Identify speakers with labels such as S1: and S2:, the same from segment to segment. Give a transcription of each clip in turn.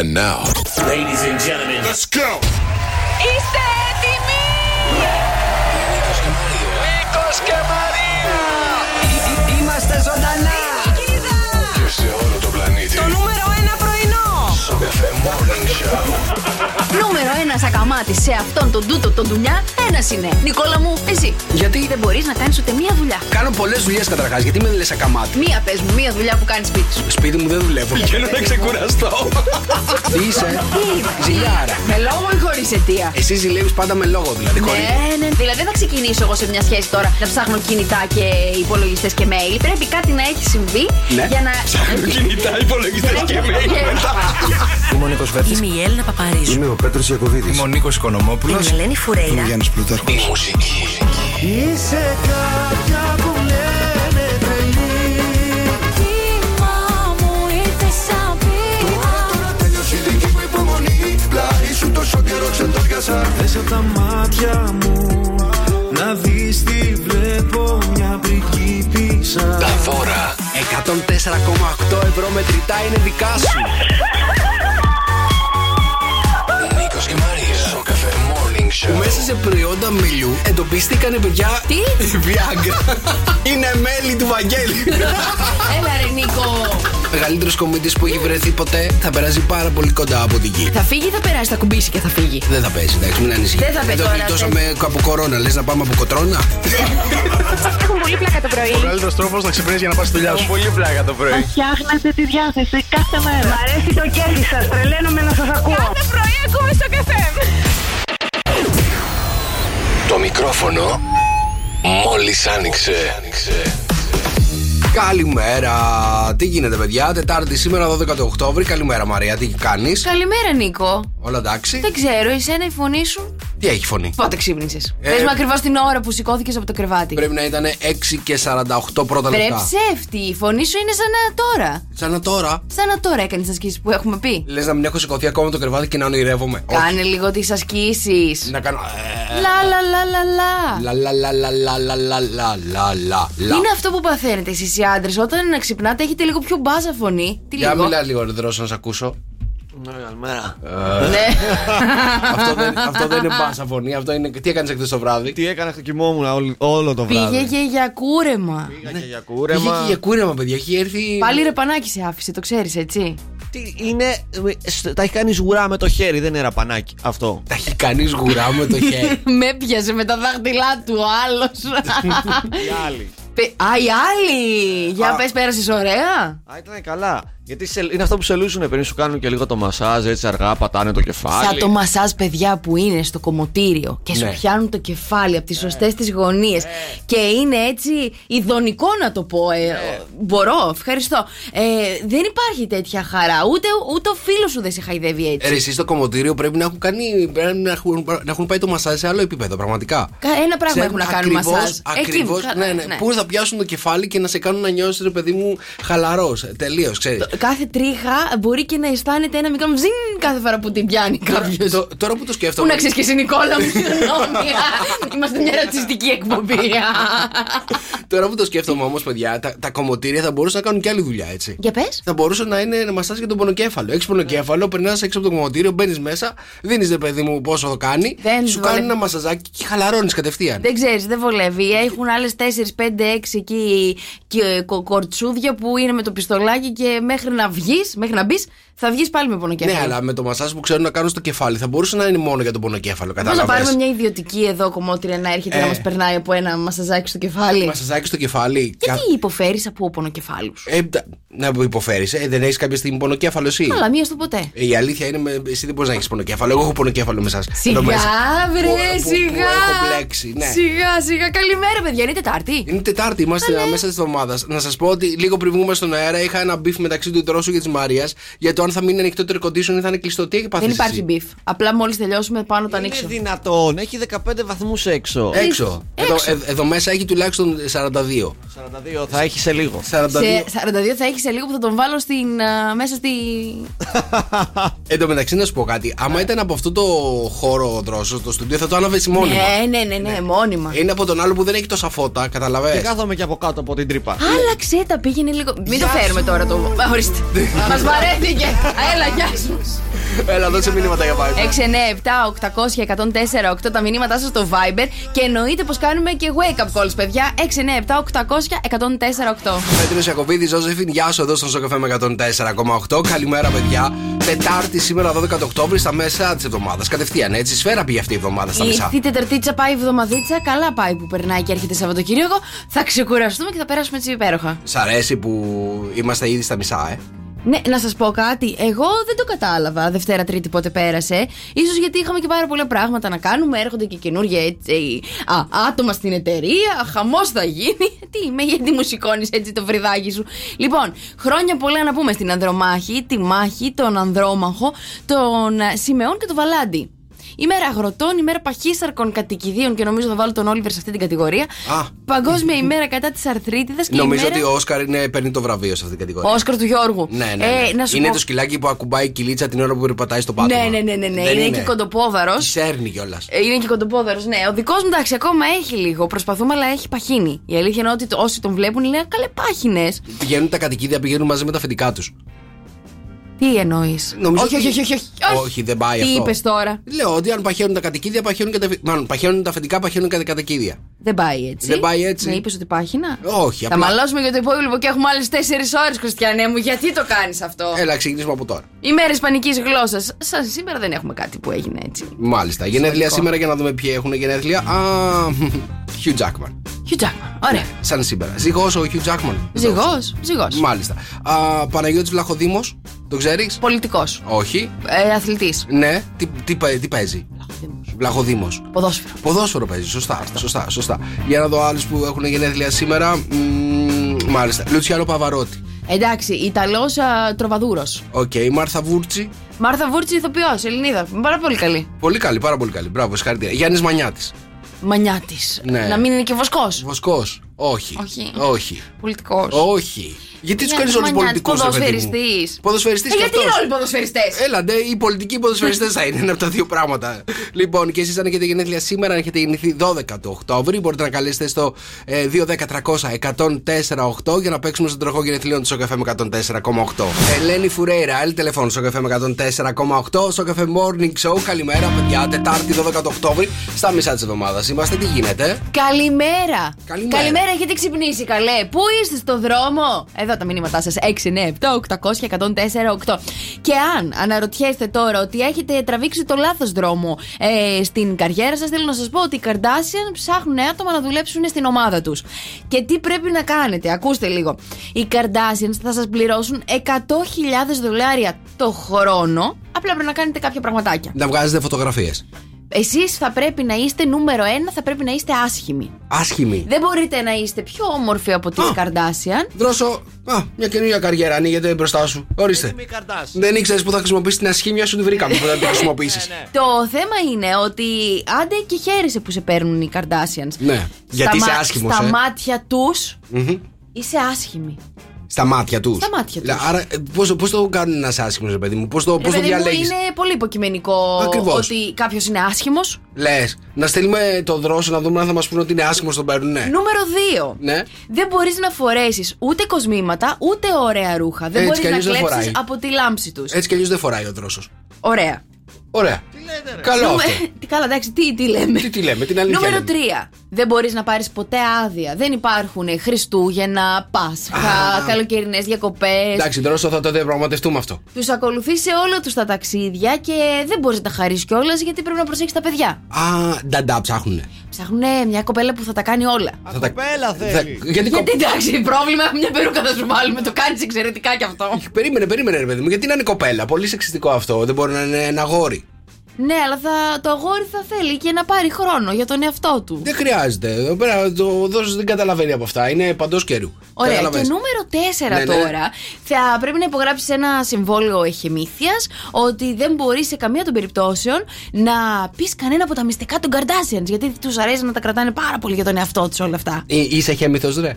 S1: And now,
S2: Ladies and gentlemen,
S1: let's go!
S3: Είστε έτοιμοι!
S4: Νίκος και Μαρία! Είμαστε ζωντανά!
S1: Και σε όλο το πλανήτη.
S3: Το νούμερο ένα πρωινό!
S1: Στον The Morning Show.
S5: Νούμερο ένα ακαμάτι σε αυτόν τον τούτο τον δουλειά, ένας είναι. Νικόλα μου, εσύ.
S4: Γιατί?
S5: δεν μπορείς να κάνεις ούτε μία δουλειά.
S4: Κάνω πολλές δουλειές καταρχάς. Γιατί με λες ακαμάτι.
S5: Μία πες μου, μία δουλειά που κάνεις σπίτι σου.
S4: Σπίτι μου δεν δουλεύω.
S5: Ναι.
S4: Θέλω να ξεκουραστώ. Τι είσαι, ζηλιάρα.
S5: Με λόγο ή χωρίς αιτία.
S4: Εσύ ζηλεύεις πάντα με λόγο δηλαδή. κορίτσι.
S5: Ναι, ναι. Δηλαδή δεν θα ξεκινήσω εγώ σε μια σχέση τώρα να ψάχνω κινητά και υπολογιστές και mail. Πρέπει κάτι να έχει συμβεί
S4: Ναι.
S5: για να. Ε,
S4: Ψάχνω κινητά,
S6: Ε,
S4: υπολογιστέ και mail μετά.
S7: Είμαι ο Νίκος Βέρτης.
S8: Είμαι η Έλληνα Παπαρίζου.
S9: Είμαι ο Πέτρος Ιακοβίδης.
S7: Είμαι ο Νίκος Οικονομόπουλος.
S8: Είμαι η Ελένη Φουρέιρα.
S9: Γιάννης Πλούταρχος.
S10: Είσαι κάποια που λένε τρελή
S3: Κύμα μου ήρθες σαν
S9: Τώρα τέλειωσε η δική μου υπομονή Πλάι σου τόσο καιρό ξεντόριασα
S10: Θες απ' τα μάτια μου Να δεις τι βλέπω Μια πριγκίπισσα
S1: Τα δώρα
S4: 104,8 ευρώ μετρητά είναι δικά σου.
S1: Νίκος και Μαρία. Στο Cafe Morning Show.
S4: Μέσα σε προϊόντα μελιού εντοπίστηκαν παιδιά.
S5: Τι?
S4: Η Viagra. Είναι μέλη του Βαγγέλη.
S5: Έλα ρε Νίκο.
S4: Μεγαλύτερος κομίτη που έχει βρεθεί ποτέ θα περάσει πάρα πολύ κοντά από την γη.
S5: Θα φύγει ή θα περάσει, θα κουμπίσει και θα φύγει.
S4: Δεν θα παίζει, εντάξει, μην ανησυχείς.
S5: Δεν θα παίζει
S4: Το
S5: τώρα,
S4: γλιτώσαμε από κορώνα. Λες να πάμε από κοτρώνα.
S11: Έχουν πολύ πλάκα το πρωί.
S7: Καλύτερος τρόπος να ξυπνήσεις για να πας στη δουλειά σου. Πολύ πλάκα το πρωί.
S11: Φτιάχνετε τη διάθεση κάθε μέρα. Μ' αρέσει το κέφι σας. Τρελαίνομαι να σας ακούω.
S3: Κάθε πρωί ακούμε στο καφέ.
S1: Το μικρόφωνο μόλις άνοιξε.
S4: Καλημέρα. Τι γίνεται, παιδιά. Τετάρτη σήμερα, 12 του Οκτώβρη. Καλημέρα, Μαρία. Τι κάνεις.
S5: Καλημέρα Νίκο.
S4: Όλα εντάξει.
S5: Δεν ξέρω, εσένα η φωνή σου.
S4: Τι έχει φωνή.
S5: Πότε ξύπνησες.
S4: Ε,
S5: Πες μου ακριβώς την ώρα που σηκώθηκες από το κρεβάτι.
S4: Πρέπει να ήταν 6 και 48 πρώτα
S5: Βρε
S4: λεπτά.
S5: ψεύτη, η φωνή σου είναι σαν να τώρα.
S4: Σαν να τώρα.
S5: Σαν να τώρα έκανες τι ασκήσεις που έχουμε πει.
S4: Λες να μην έχω σηκωθεί ακόμα το κρεβάτι και να ονειρεύομαι. Όχι.
S5: Κάνε λίγο τις ασκήσεις.
S4: Να κάνω. Ε,
S5: Λα λα λα λα λα.
S4: Λα λα λα λα λα λα λα λα λα λα λα.
S5: Είναι αυτό που παθαίνετε εσείς οι άντρες. Όταν να ξυπνάτε, έχετε λίγο πιο μπάζα φωνή. Τι
S4: Για
S5: λίγο.
S4: μιλά λίγο, ρε δρόσο, να σε ακούσω. Ε,
S5: Ναι.
S4: αυτό, δεν, αυτό δεν είναι πάσα φωνή. Αυτό είναι. Τι έκανες χθε το βράδυ.
S12: Τι έκανα, κοιμόμουν όλο, όλο το βράδυ.
S5: Πήγε και για κούρεμα. Ναι.
S12: Πήγα και
S4: Είχε
S12: για
S4: και
S12: κούρεμα.
S4: για κούρεμα, παιδιά. Έχει έρθει.
S5: Πάλι ρεπανάκι σε άφησε, το ξέρεις έτσι.
S12: Τι είναι. ε, σ- Τα έχει κάνει σγουρά με το χέρι, δεν είναι ραπανάκι αυτό.
S4: Τα έχει κάνει γουρά με
S5: Ναι.
S4: το χέρι.
S5: Με πιασε με τα δάχτυλά του ο άλλος.
S12: Οι άλλοι.
S5: Α, οι άλλοι! Για πες, πέρασες ωραία.
S12: Α, ήταν καλά. Γιατί σε- είναι αυτό που σε λούσουνε πριν σου κάνουν και λίγο το μασάζ, έτσι αργά πατάνε το κεφάλι.
S5: Σαν το μασάζ, παιδιά που είναι στο κομμωτήριο και σου
S4: Ναι.
S5: πιάνουν το κεφάλι από τις σωστές τις γωνίες. Και είναι έτσι ειδονικό να το πω. ε,
S4: Ναι.
S5: Μπορώ, ευχαριστώ. Ε, δεν υπάρχει τέτοια χαρά. Ούτε, ούτε ο φίλος σου δεν σε χαϊδεύει έτσι.
S4: Ε, Ρε, εσύ στο κομμωτήριο πρέπει να έχουν, κάνει, πρέπει να έχουν, να έχουν πάει το μασάζ σε άλλο επίπεδο, πραγματικά.
S5: Κα- Ένα πράγμα έχουν να κάνουν μασάζ. Εκεί,
S4: Ακριβώς.
S5: κα-
S4: Ναι, ναι.
S5: ναι.
S4: Πώ θα πιάσουν το κεφάλι και να σε κάνουν να νιώσεις, ρε παιδί μου, χαλαρός. Τελείως, ξέρεις.
S5: Κάθε τρίχα μπορεί και να αισθάνεται ένα μικρό μζιν κάθε φορά που την πιάνει κάποιο.
S4: Τώρα που
S5: Πού
S4: το
S5: να
S4: σκέφτομαι.
S5: ξέρεις και εσύ, Νικόλα, μου συγγνώμη. Είμαστε μια ρατσιστική εκπομπή.
S4: Τώρα που το σκέφτομαι όμως, παιδιά, τα, τα κομμωτήρια θα μπορούσαν να κάνουν και άλλη δουλειά, έτσι.
S5: Για πες.
S4: θα μπορούσε να είναι να μασάζει για τον πονοκέφαλο. Έχεις πονοκέφαλο, περνάς έξω από το κομμωτήριο, μπαίνεις μέσα, δίνεις ρε παιδί μου πόσο το κάνει,
S5: Δεν
S4: σου
S5: βολεύει.
S4: κάνει ένα μασαζάκι και χαλαρώνεις κατευθείαν.
S5: Δεν ξέρεις, δεν βολεύει. Έχουν άλλες 4, 5, 6 εκεί και κο- κορτσούδια που είναι με το πιστολάκι και μέχρι να βγεις, μέχρι να μπεις, θα βγεις πάλι με πονοκέφαλο.
S4: Ναι, αλλά με το μασάζ που ξέρουν να κάνουν στο κεφάλι θα μπορούσε να είναι μόνο για τον πονοκέφαλο.
S5: Πώς να πάρουμε
S4: Κατάλαβε.
S5: μια ιδιωτική εδώ κομμότρια να έρχεται να
S4: Ε.
S5: μας περνάει από ένα μασαζάκι στο κεφάλι.
S4: Μασαζάκι στο κεφάλι.
S5: Και
S4: κα-
S5: τι υποφέρεις από πονοκεφάλους.
S4: Ε, τα- να μου υποφέρεις, ε, δεν έχεις κάποια στιγμή πονοκέφαλο εσύ.
S5: Αλλά μία στο ποτέ.
S4: Ε, Η αλήθεια είναι, με- εσύ δεν μπορείς να έχεις πονοκέφαλο. Εγώ έχω πονοκέφαλο με εσά.
S5: Σιγά, βρε, σιγά.
S4: Έχω μπλέξει, ναι.
S5: Σιγά, σιγά. Καλημέρα, παιδιά. Είναι Τετάρτη.
S4: Είναι Τετάρτη, είμαστε μέσα της εβδομάδας. Να σας πω ότι λίγο πριν βγούμε στον αέρα είχα ένα μπιφ μεταξύ του Τρόσου και της Μαρίας για το αν θα μείνει ανοιχτό το air condition ή θα είναι κλειστό. Τι έχει πάθεις.
S5: Δεν
S4: εσύ?
S5: υπάρχει μπιφ. Απλά μόλις τελειώσουμε πάνω το ανοίξω.
S12: Είναι δυνατόν, έχει 15 βαθμούς έξω.
S4: Έξω. Εδώ, ε- εδώ μέσα έχει τουλάχιστον 42.
S12: 42 θα έχει σε λίγο.
S4: 42.
S5: Σε 42 θα έχει σε λίγο που θα τον βάλω στην, α, μέσα στη.
S4: Εν τω μεταξύ να σου πω κάτι. Άμα
S5: Ναι.
S4: ήταν από αυτό το χώρο ο Τρόσο, το στούντιο θα το άναβε εσύ μόνιμα. Ε,
S5: Ναι, ναι, ναι, ναι, μόνιμα.
S4: Είναι από τον άλλο που δεν έχει τόσα φώτα,
S12: Και
S4: καταλαβαίνεις.
S12: κάθομαι και από κάτω από την τρύπα.
S5: Άλλαξε τα, πήγαινε λίγο. Μην το φέρουμε τώρα το. Ορίστε. Μας βαρέθηκε. Έλα, γεια σου.
S4: Έλα, δώσε μηνύματα για
S5: Ε,
S4: Viber.
S5: 697-800-1048 τα μηνύματά σας στο Viber και εννοείται πως κάνουμε και wake up calls, παιδιά. 697-800-1048.
S4: Πέτρος Ιακοβίδη, Ζώζεφιν, γεια σου εδώ στον Σοκαφέ με 104,8. Καλημέρα, παιδιά. Τετάρτη σήμερα 12 Οκτώβρη στα μέσα της εβδομάδας. Κατευθείαν έτσι, σφαίρα πήγε αυτή η εβδομάδα στα μισά.
S5: Η Τεταρτίτσα πάει η εβδομαδίτσα. Καλά πάει που περνάει και έρχεται Σαββατοκύριακο. Θα ξεκουραστούμε και θα περάσουμε έτσι υπέροχα.
S4: Σ' αρέσει που είμαστε ήδη στα μισά, ε.
S5: Ναι, να σας πω κάτι. Εγώ δεν το κατάλαβα Δευτέρα, Τρίτη, πότε πέρασε. σω γιατί είχαμε και πάρα πολλά πράγματα να κάνουμε. Έρχονται και καινούργια έτσι, α, άτομα στην εταιρεία. Χαμός θα γίνει. Τι είμαι, γιατί μου σηκώνεις έτσι το βρυδάκι σου. Λοιπόν, χρόνια πολλά να πούμε στην Ανδρομάχη, τη Μάχη, τον Ανδρόμαχο, τον ε, Σιμεών και τον Βαλάντι. Ημέρα αγροτών, ημέρα παχύσαρκων κατοικιδίων και νομίζω θα βάλω τον Όλιβερ σε αυτή την κατηγορία.
S4: Α.
S5: Παγκόσμια ημέρα κατά της αρθρίτιδας και
S4: Νομίζω
S5: ημέρα...
S4: ότι ο Όσκαρ είναι, παίρνει το βραβείο σε αυτή την κατηγορία.
S5: Όσκαρ του Γιώργου.
S4: Ναι, ναι. ναι.
S5: Ε, να σου
S4: είναι
S5: πω-
S4: το σκυλάκι που ακουμπάει η κυλίτσα την ώρα που περπατάει στο πάτωμα.
S5: ναι, ναι, ναι, ναι, ναι.
S4: Δεν
S5: Είναι, και κοντοπόδαρος.
S4: Τη σέρνει κιόλας.
S5: Ε, Είναι και κοντοπόδαρος, ναι. Ο δικός μου εντάξει, ακόμα έχει λίγο. Προσπαθούμε, αλλά έχει παχύνει. Η αλήθεια είναι ότι το- όσοι τον βλέπουν λένε καλέ πάχινε.
S4: Πηγαίνουν τα κατοικίδια, πηγαίνουν μαζί με τα φεντικά τους.
S5: Τι εννοείς.
S4: Νομίζω
S5: όχι,
S4: ότι-
S5: όχι, όχι, όχι, όχι.
S4: Όχι, δεν πάει
S5: Τι
S4: αυτό.
S5: είπες τώρα.
S4: Λέω ότι αν παχαίνουν τα κατοικίδια, παχαίνουν και τα. φι- Μάλλον παχαίνουν τα φεντικά, παχαίνουν και τα κατοικίδια.
S5: Δεν πάει έτσι.
S4: Δεν πάει έτσι.
S5: Ναι, είπες ότι πάχινα.
S4: Όχι,
S5: Θα
S4: απλά-
S5: μαλώσουμε για το υπόλοιπο και έχουμε άλλες 4 ώρες, Χριστιανέ μου. Γιατί το κάνεις αυτό.
S4: Έλα, ξεκινήσουμε από τώρα.
S5: Ημέρε πανική γλώσσας. Σαν σήμερα δεν έχουμε κάτι που έγινε έτσι.
S4: Μάλιστα. Γενέθλια σήμερα για να δούμε ποιοι έχουν γενέθλια. Α, Hugh Jackman.
S5: Hugh Jackman, Ωραία.
S4: Σαν σήμερα. Ζυγός ο Hugh Jackman.
S5: Ζυγός, ζυγός.
S4: Μάλιστα. Α, Παναγιώτης Βλαχοδήμος. Το ξέρεις?
S5: Πολιτικός.
S4: Όχι.
S5: Ε, Αθλητής.
S4: Ναι. Τι, τι, πα- τι παίζει. Βλαχοδήμος.
S5: Ποδόσφαιρο.
S4: Ποδόσφαιρο παίζει. Σωστά. Σωστά. Σωστά. Για να δω άλλους που έχουν γενέθλια σήμερα. Μμμ, μάλιστα. Λουτσιάνο Παβαρότη.
S5: Εντάξει, Ιταλός τροβαδούρος.
S4: Οκ. Μάρθα Βούρτσι.
S5: Μάρθα Βούρτση, ηθοποιός, Ελληνίδα. Πάρα πολύ καλή.
S4: Πολύ καλή, πάρα πολύ καλή. Μπράβο, συγχαρητήρια. Γιάννης Μανιάτης.
S5: Μανιά τη.
S4: Ναι.
S5: Να μην είναι και βοσκός.
S4: Βοσκός. Όχι.
S5: Όχι.
S4: Όχι.
S5: Πολιτικός.
S4: Όχι. Γιατί τους
S5: Γιάννης
S4: κάνει όλου του
S5: Μανιάτης,
S4: πολιτικού.
S5: ποδοσφαιριστής.
S4: Ποδοσφαιριστής.
S5: Ε, γιατί είναι όλοι ποδοσφαιριστές.
S4: Έλα, ναι, οι πολιτικοί ποδοσφαιριστές θα είναι. Είναι από τα δύο πράγματα. Λοιπόν, και εσείς αν έχετε γενέθλια σήμερα, αν έχετε γεννηθεί 12 του Οκτώβρη, μπορείτε να καλέσετε στο ε, 210-300-1048 για να παίξουμε στον τροχό γενεθλίων του Σοκαφέ με 104,8. Ελένη Φουρέιρα, άλλη τηλεφώνου στο Σοκαφέ με 104,8. Σοκαφέ Morning Show. Καλημέρα, παιδιά. Τετάρτη 12 του Οκτώβρη, στα μισά της εβδομάδας είμαστε. Τι γίνεται.
S5: Καλημέρα.
S4: Καλημέρα.
S5: έχετε ξυπνήσει, καλέ. Πού είστε στο δρόμο. Εδώ τα μηνύματά ναι, σα. 6, 9, 7, 800, 104, 8. Και αν αναρωτιέστε τώρα ότι έχετε τραβήξει το λάθος δρόμο ε, στην καριέρα σας, θέλω να σας πω ότι οι Καρδάσιαν ψάχνουν άτομα να δουλέψουν στην ομάδα τους. Και τι πρέπει να κάνετε, ακούστε λίγο. Οι Καρδάσιαν θα σας πληρώσουν 100.000 δολάρια το χρόνο. Απλά πρέπει να κάνετε κάποια πραγματάκια.
S4: Να βγάζετε φωτογραφίες.
S5: Εσείς θα πρέπει να είστε νούμερο ένα, θα πρέπει να είστε άσχημοι.
S4: Άσχημη.
S5: Δεν μπορείτε να είστε πιο όμορφοι από τις
S4: Α.
S5: Καρδάσιαν.
S4: Δρόσο, α, μια καινούργια καριέρα ανοίγεται μπροστά σου. Ορίστε.
S12: Ε, Μη καρτά.
S4: Δεν ήξερες που θα χρησιμοποιήσεις την ασχήμια σου, τη βρήκαμε
S5: Ναι,
S4: που θα την χρησιμοποιήσει.
S5: Το θέμα είναι ότι άντε και χαίρεσαι που σε παίρνουν οι Καρδάσιαν.
S4: Ναι. Γιατί είσαι άσχημος.
S5: Στα
S4: ε.
S5: μάτια τους
S4: Μμμ.
S5: είσαι άσχημη.
S4: Στα μάτια τους.
S5: Στα μάτια τους.
S4: Άρα, πώς πώς το κάνουν ένας άσχημος, ρε παιδί μου, πώς το,
S5: Ρε
S4: πώς το
S5: παιδί μου,
S4: διαλέγεις.
S5: είναι πολύ υποκειμενικό
S4: Ακριβώς.
S5: ότι κάποιος είναι άσχημος.
S4: Λες, να στείλουμε τον δρόσο να δούμε αν θα μας πούνε ότι είναι άσχημος, τον παίρνουν. Ναι.
S5: Νούμερο 2.
S4: Ναι.
S5: Δεν μπορείς να φορέσεις ούτε κοσμήματα ούτε ωραία ρούχα. Δεν
S4: Έτσι
S5: μπορείς
S4: κι
S5: να
S4: αλλιώς δεν
S5: κλέψεις
S4: φοράει. Ε-
S5: από τη λάμψη τους.
S4: Έτσι κι αλλιώς δεν φοράει ο δρόσος.
S5: Ωραία.
S4: Ωραία. Καλό
S5: Νούμε-
S4: αυτό.
S5: Τι καλά, εντάξει, τι, τι λέμε.
S4: Ε, Τι- τι λέμε, την αλήθεια
S5: Νούμερο
S4: λέμε.
S5: 3. Δεν μπορείς να πάρεις ποτέ άδεια. Δεν υπάρχουν Χριστούγεννα, Πάσχα, καλοκαιρινές διακοπές.
S4: Εντάξει, δρόσο θα το διαπραγματευτούμε αυτό.
S5: Τους ακολουθεί σε όλα τους τα ταξίδια και δεν μπορείς να τα χαρίσεις κιόλας γιατί πρέπει να προσέξει τα παιδιά.
S4: Α, νταντά ψάχνουνε.
S5: Ψάχνουν μια κοπέλα που θα τα κάνει όλα.
S4: Θα τα-
S12: Κοπέλα θέλει.
S4: θα- Γιατί
S5: Γιατί
S4: κο-
S5: εντάξει, πρόβλημα, μια περούκα θα σου βάλουμε. Το κάνεις εξαιρετικά κι αυτό.
S4: Περίμενε, περίμενε, ρε παιδί μου. Γιατί να είναι κοπέλα. Πολύ σεξιστικό αυτό. Δεν μπορεί να είναι ένα αγόρι.
S5: ναι, αλλά θα, το αγόρι θα θέλει και να πάρει χρόνο για τον εαυτό του.
S4: Δεν χρειάζεται. Εδώ πέρα το δόση δεν καταλαβαίνει από αυτά. Είναι παντός καιρού.
S5: Ωραία. Και
S4: Καταλαβαίνεις.
S5: νούμερο 4
S4: Ναι, ναι.
S5: τώρα. Θα πρέπει να υπογράψεις ένα συμβόλαιο εχεμήθειας ότι δεν μπορείς σε καμία των περιπτώσεων να πεις κανένα από τα μυστικά των Kardashians. Γιατί τους αρέσει να τα κρατάνε πάρα πολύ για τον εαυτό τους όλα αυτά.
S4: Ε, Είσαι χέμηθο, ρε.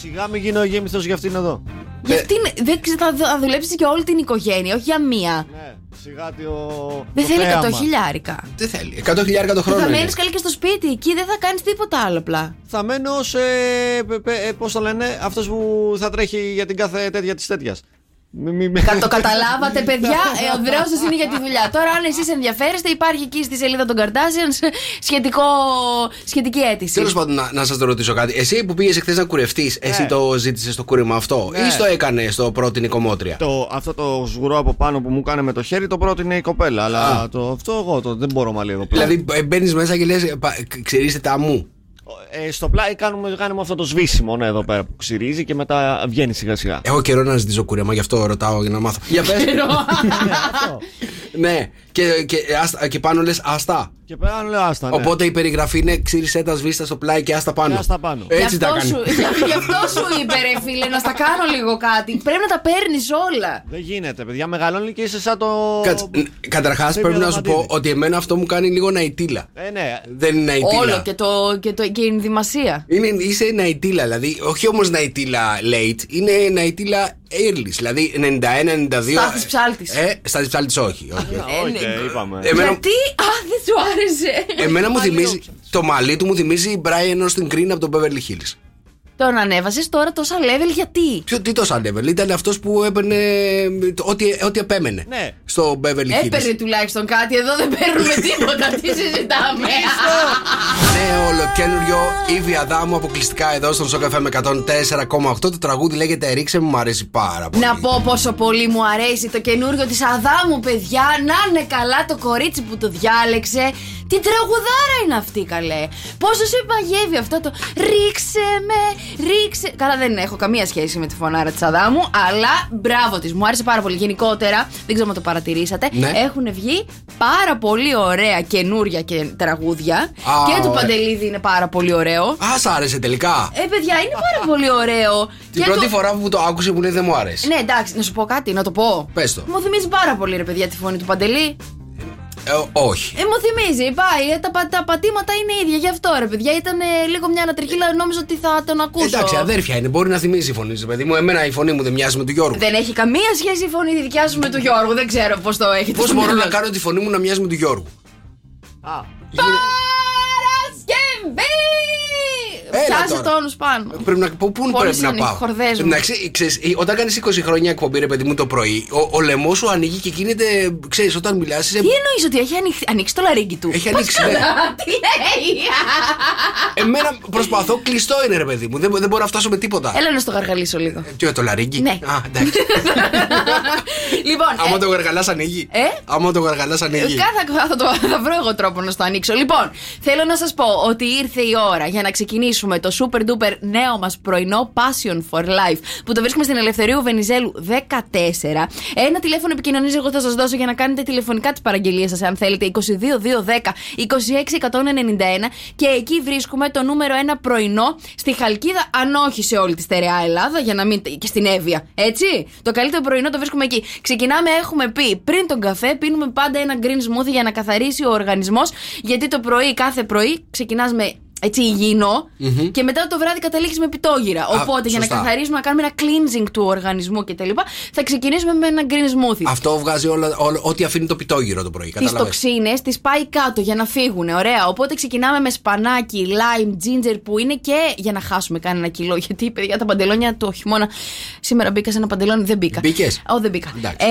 S12: Σιγά μην γίνω γέμιστος για αυτήν εδώ.
S5: Για αυτήν δεν ξέρω, θα δου- θα δουλέψεις για όλη την οικογένεια, όχι για μία.
S12: Ναι, σιγά το.
S5: Δεν θέλει 100 χιλιάρικα.
S4: Δεν θέλει. 100 χιλιάρικα το
S5: Και
S4: χρόνο.
S5: θα
S4: είναι.
S5: μένεις καλά και στο σπίτι, εκεί δεν θα κάνεις τίποτα άλλο απλά.
S12: Θα ε, μένω σε. Πώς το λένε, αυτός που θα τρέχει για την κάθε τέτοια της τέτοιας. Μη- μη- μη-
S5: Κα- Το καταλάβατε, παιδιά. Ε, ο δρέο σα είναι για τη δουλειά. Τώρα, αν εσείς ενδιαφέρεστε, υπάρχει εκεί στη σελίδα των Kardashians σχετικό, σχετική αίτηση.
S4: Τέλος πάντων, να, να σας ρωτήσω κάτι. Εσύ που πήγες χθε να κουρευτείς, εσύ το ζήτησες το κούρεμα αυτό,
S12: Ναι.
S4: ή στο έκανε στο πρώτη νοικομότρια.
S12: Το, αυτό το σγουρό από πάνω που μου κάνε με το χέρι, το πρώτο είναι η κοπέλα. Αλλά το, αυτό εγώ το, δεν μπορώ μα λίγο. πλάι.
S4: Δηλαδή μπαίνεις μέσα και λες, ξερίζετε τα μου.
S12: Ε, στο πλάι κάνουμε, κάνουμε αυτό το σβήσιμο ναι, εδώ πέρα που ξυρίζει και μετά βγαίνει σιγά σιγά.
S4: Έχω καιρό να ζητήσω κούρεμα, γι' αυτό ρωτάω για να μάθω. Για πες. ναι, και, και, άστα- και πάνω λες αστά.
S12: Και πέρα λέω άστα. Ναι.
S4: Οπότε η περιγραφή είναι ξύρισε τα σβήστα στο πλάι και άστα πάνω.
S12: Και άστα πάνω.
S4: Έτσι
S5: γι'
S4: τα
S5: αυτό,
S4: κάνει.
S5: σου, γι' γι' αυτό σου είπε, ρε φίλε, να στα κάνω λίγο κάτι. Πρέπει να τα παίρνεις όλα.
S12: Δεν γίνεται, παιδιά. Μεγαλώνει και είσαι σαν το.
S4: Κάτσε, Καταρχά
S12: Πρέπει
S4: πρέπει
S12: να
S4: να σου πω
S12: απαντήσεις.
S4: ότι εμένα αυτό μου κάνει λίγο ναητήλα.
S12: Ε, ναι.
S4: Δεν είναι ναητήλα.
S5: Όλο και, το, και, το, και η ενδυμασία.
S4: Είναι, είσαι ναητήλα, δηλαδή, όχι όμως ναητήλα late, είναι ναητήλα early. Δηλαδή 91-92.
S5: Στάθης Ψάλτης.
S4: Ε, στάθη ψάλτη, όχι. Ε, όχι.
S12: Οκ, ε, είπαμε.
S4: εμένα,
S5: Ε, ναι.
S4: Ε,
S5: Γιατί, α, δεν σου άρεσε.
S4: εμένα μου θυμίζει. Το μαλλί του μου θυμίζει Brian Austin Green από τον Beverly Hills.
S5: Τον ανέβασες τώρα τόσα level γιατί.
S4: Ποιο, τι το Σαντέβελ, ήταν αυτός που έπαιρνε. το- Ό,τι, ό,τι επέμενε.
S12: Ναι.
S4: Στο Beverly Hills.
S5: Έπαιρνε τουλάχιστον κάτι, εδώ δεν παίρνουμε τίποτα, τι συζητάμε.
S4: Ναι, ολοκένουριο Ήβη Αδάμου αποκλειστικά εδώ στον Σοκαφέ με 104,8. Το τραγούδι λέγεται Ρίξε μου, μου αρέσει πάρα πολύ.
S5: Να πω πόσο πολύ μου αρέσει το καινούριο της Αδάμου, παιδιά. Να είναι καλά το κορίτσι που το διάλεξε. Τι τραγουδάρα είναι αυτή, καλέ. Πόσο σε παγεύει αυτό το ρίξε με, ρίξε. Καλά, δεν έχω καμία σχέση με τη φωνάρα της Αδάμου, αλλά μπράβο της. Μου άρεσε πάρα πολύ. Γενικότερα, δεν ξέρω αν το παρατηρήσατε,
S4: Ναι.
S5: έχουν βγει πάρα πολύ ωραία καινούρια και τραγούδια. και του
S4: ωραία.
S5: Παντελίδη είναι πάρα πολύ ωραίο.
S4: Α, σ' άρεσε τελικά.
S5: Ε, παιδιά, είναι πάρα πολύ ωραίο.
S4: Την
S5: Και
S4: πρώτη
S5: το-
S4: φορά που το άκουσε μου λέει δεν μου αρέσει.
S5: ναι, εντάξει, να σου πω κάτι, να το πω.
S4: Πες το.
S5: Μου θυμίζει πάρα πολύ, ρε παιδιά, τη φωνή του Παντελή.
S4: Ε, όχι.
S5: Ε, μου θυμίζει, πάει. ε, τα, πα- τα πατήματα είναι ίδια, γι' αυτό, ρε παιδιά. Ήταν ε, λίγο μια ανατριχίλα, νόμιζα ότι θα τον ακούσω.
S4: Εντάξει, αδέρφια είναι, μπορεί να θυμίζει η φωνή σου, παιδί μου. Εμένα η φωνή μου δεν μοιάζει με του Γιώργου.
S5: Δεν έχει καμία σχέση η φωνή τη δικιά σου με του Γιώργου. Δεν ξέρω πώς το έχετε.
S4: Πώ
S5: στο
S4: μπορώ
S5: μυαλό
S4: να
S5: σας.
S4: κάνω τη φωνή μου να μοιάζει με του Γιώργου.
S5: Παρασκευή!
S4: Έλα
S5: Πιάσε
S4: τώρα.
S5: τόνου πάνω.
S4: Ε, Πρέπει να, πού πού
S5: Πολύ
S4: πρέπει να
S5: σαν
S4: πάω.
S5: χορδές μου.
S4: Να ξέ- ξέρεις, ε, όταν κάνεις 20 χρόνια εκπομπή, ρε παιδί μου το πρωί, ο, ο λαιμός σου ανοίγει και γίνεται. ξέρεις, όταν μιλάς.
S5: Τι εννοείς ότι έχει ανοιχ- ανοίξει το λαρίκι του.
S4: Έχει
S5: Πώς
S4: ανοίξει, ναι.
S5: καλά, Τι λέει.
S4: Εμένα προσπαθώ, κλειστό είναι ρε παιδί μου. Δεν, μπο- δεν μπορώ να φτάσω με τίποτα.
S5: Έλα να στο γαργαλίσω λίγο.
S4: Τι ωραίο το λαρίγκι.
S5: Ναι.
S4: Α, εντάξει.
S5: Λοιπόν, ε,
S4: Άμα το γαργαλάς ανοίγει.
S5: Ε?
S4: Άμα το γαργαλάς ανοίγει.
S5: Κάθε θα, το, θα βρω εγώ τρόπο να στο ανοίξω. Λοιπόν, θέλω να σας πω ότι ήρθε η ώρα για να ξεκινήσουμε το super duper νέο μας πρωινό Passion for Life που το βρίσκουμε στην Ελευθερίου Βενιζέλου 14. Ένα τηλέφωνο επικοινωνία εγώ θα σας δώσω για να κάνετε τηλεφωνικά τις παραγγελίες σας, αν θέλετε. 22 210 26 191 και εκεί βρίσκουμε το νούμερο 1 πρωινό στη Χαλκίδα, αν όχι σε όλη τη στερεά Ελλάδα, για να μην. και στην Εύβοια. Έτσι. Το καλύτερο πρωινό το βρίσκουμε εκεί. Ξεκινάμε, έχουμε πει πριν τον καφέ, πίνουμε πάντα ένα green smoothie για να καθαρίσει ο οργανισμός. Γιατί το πρωί, κάθε πρωί, ξεκινάς με έτσι υγιεινό και μετά το βράδυ καταλήγεις με πιτόγυρα. Οπότε για να
S4: σωστά.
S5: καθαρίσουμε, να κάνουμε ένα cleansing του οργανισμού κτλ. Θα ξεκινήσουμε με ένα green smoothie.
S4: Αυτό βγάζει όλα, όλα- ό,τι αφήνει το πιτόγυρο το πρωί.
S5: Τις
S4: Κατάλαβε.
S5: τοξίνες τις πάει κάτω για να φύγουν. Ωραία. Οπότε ξεκινάμε με σπανάκι, lime, ginger που είναι και για να χάσουμε κανένα κιλό. Γιατί παιδιά τα παντελόνια του χειμώνα. Σήμερα μπήκα σε ένα παντελόνι, δεν μπήκα.
S4: Μπήκες?
S5: Ω, δεν μπήκα.
S4: Εντάξει.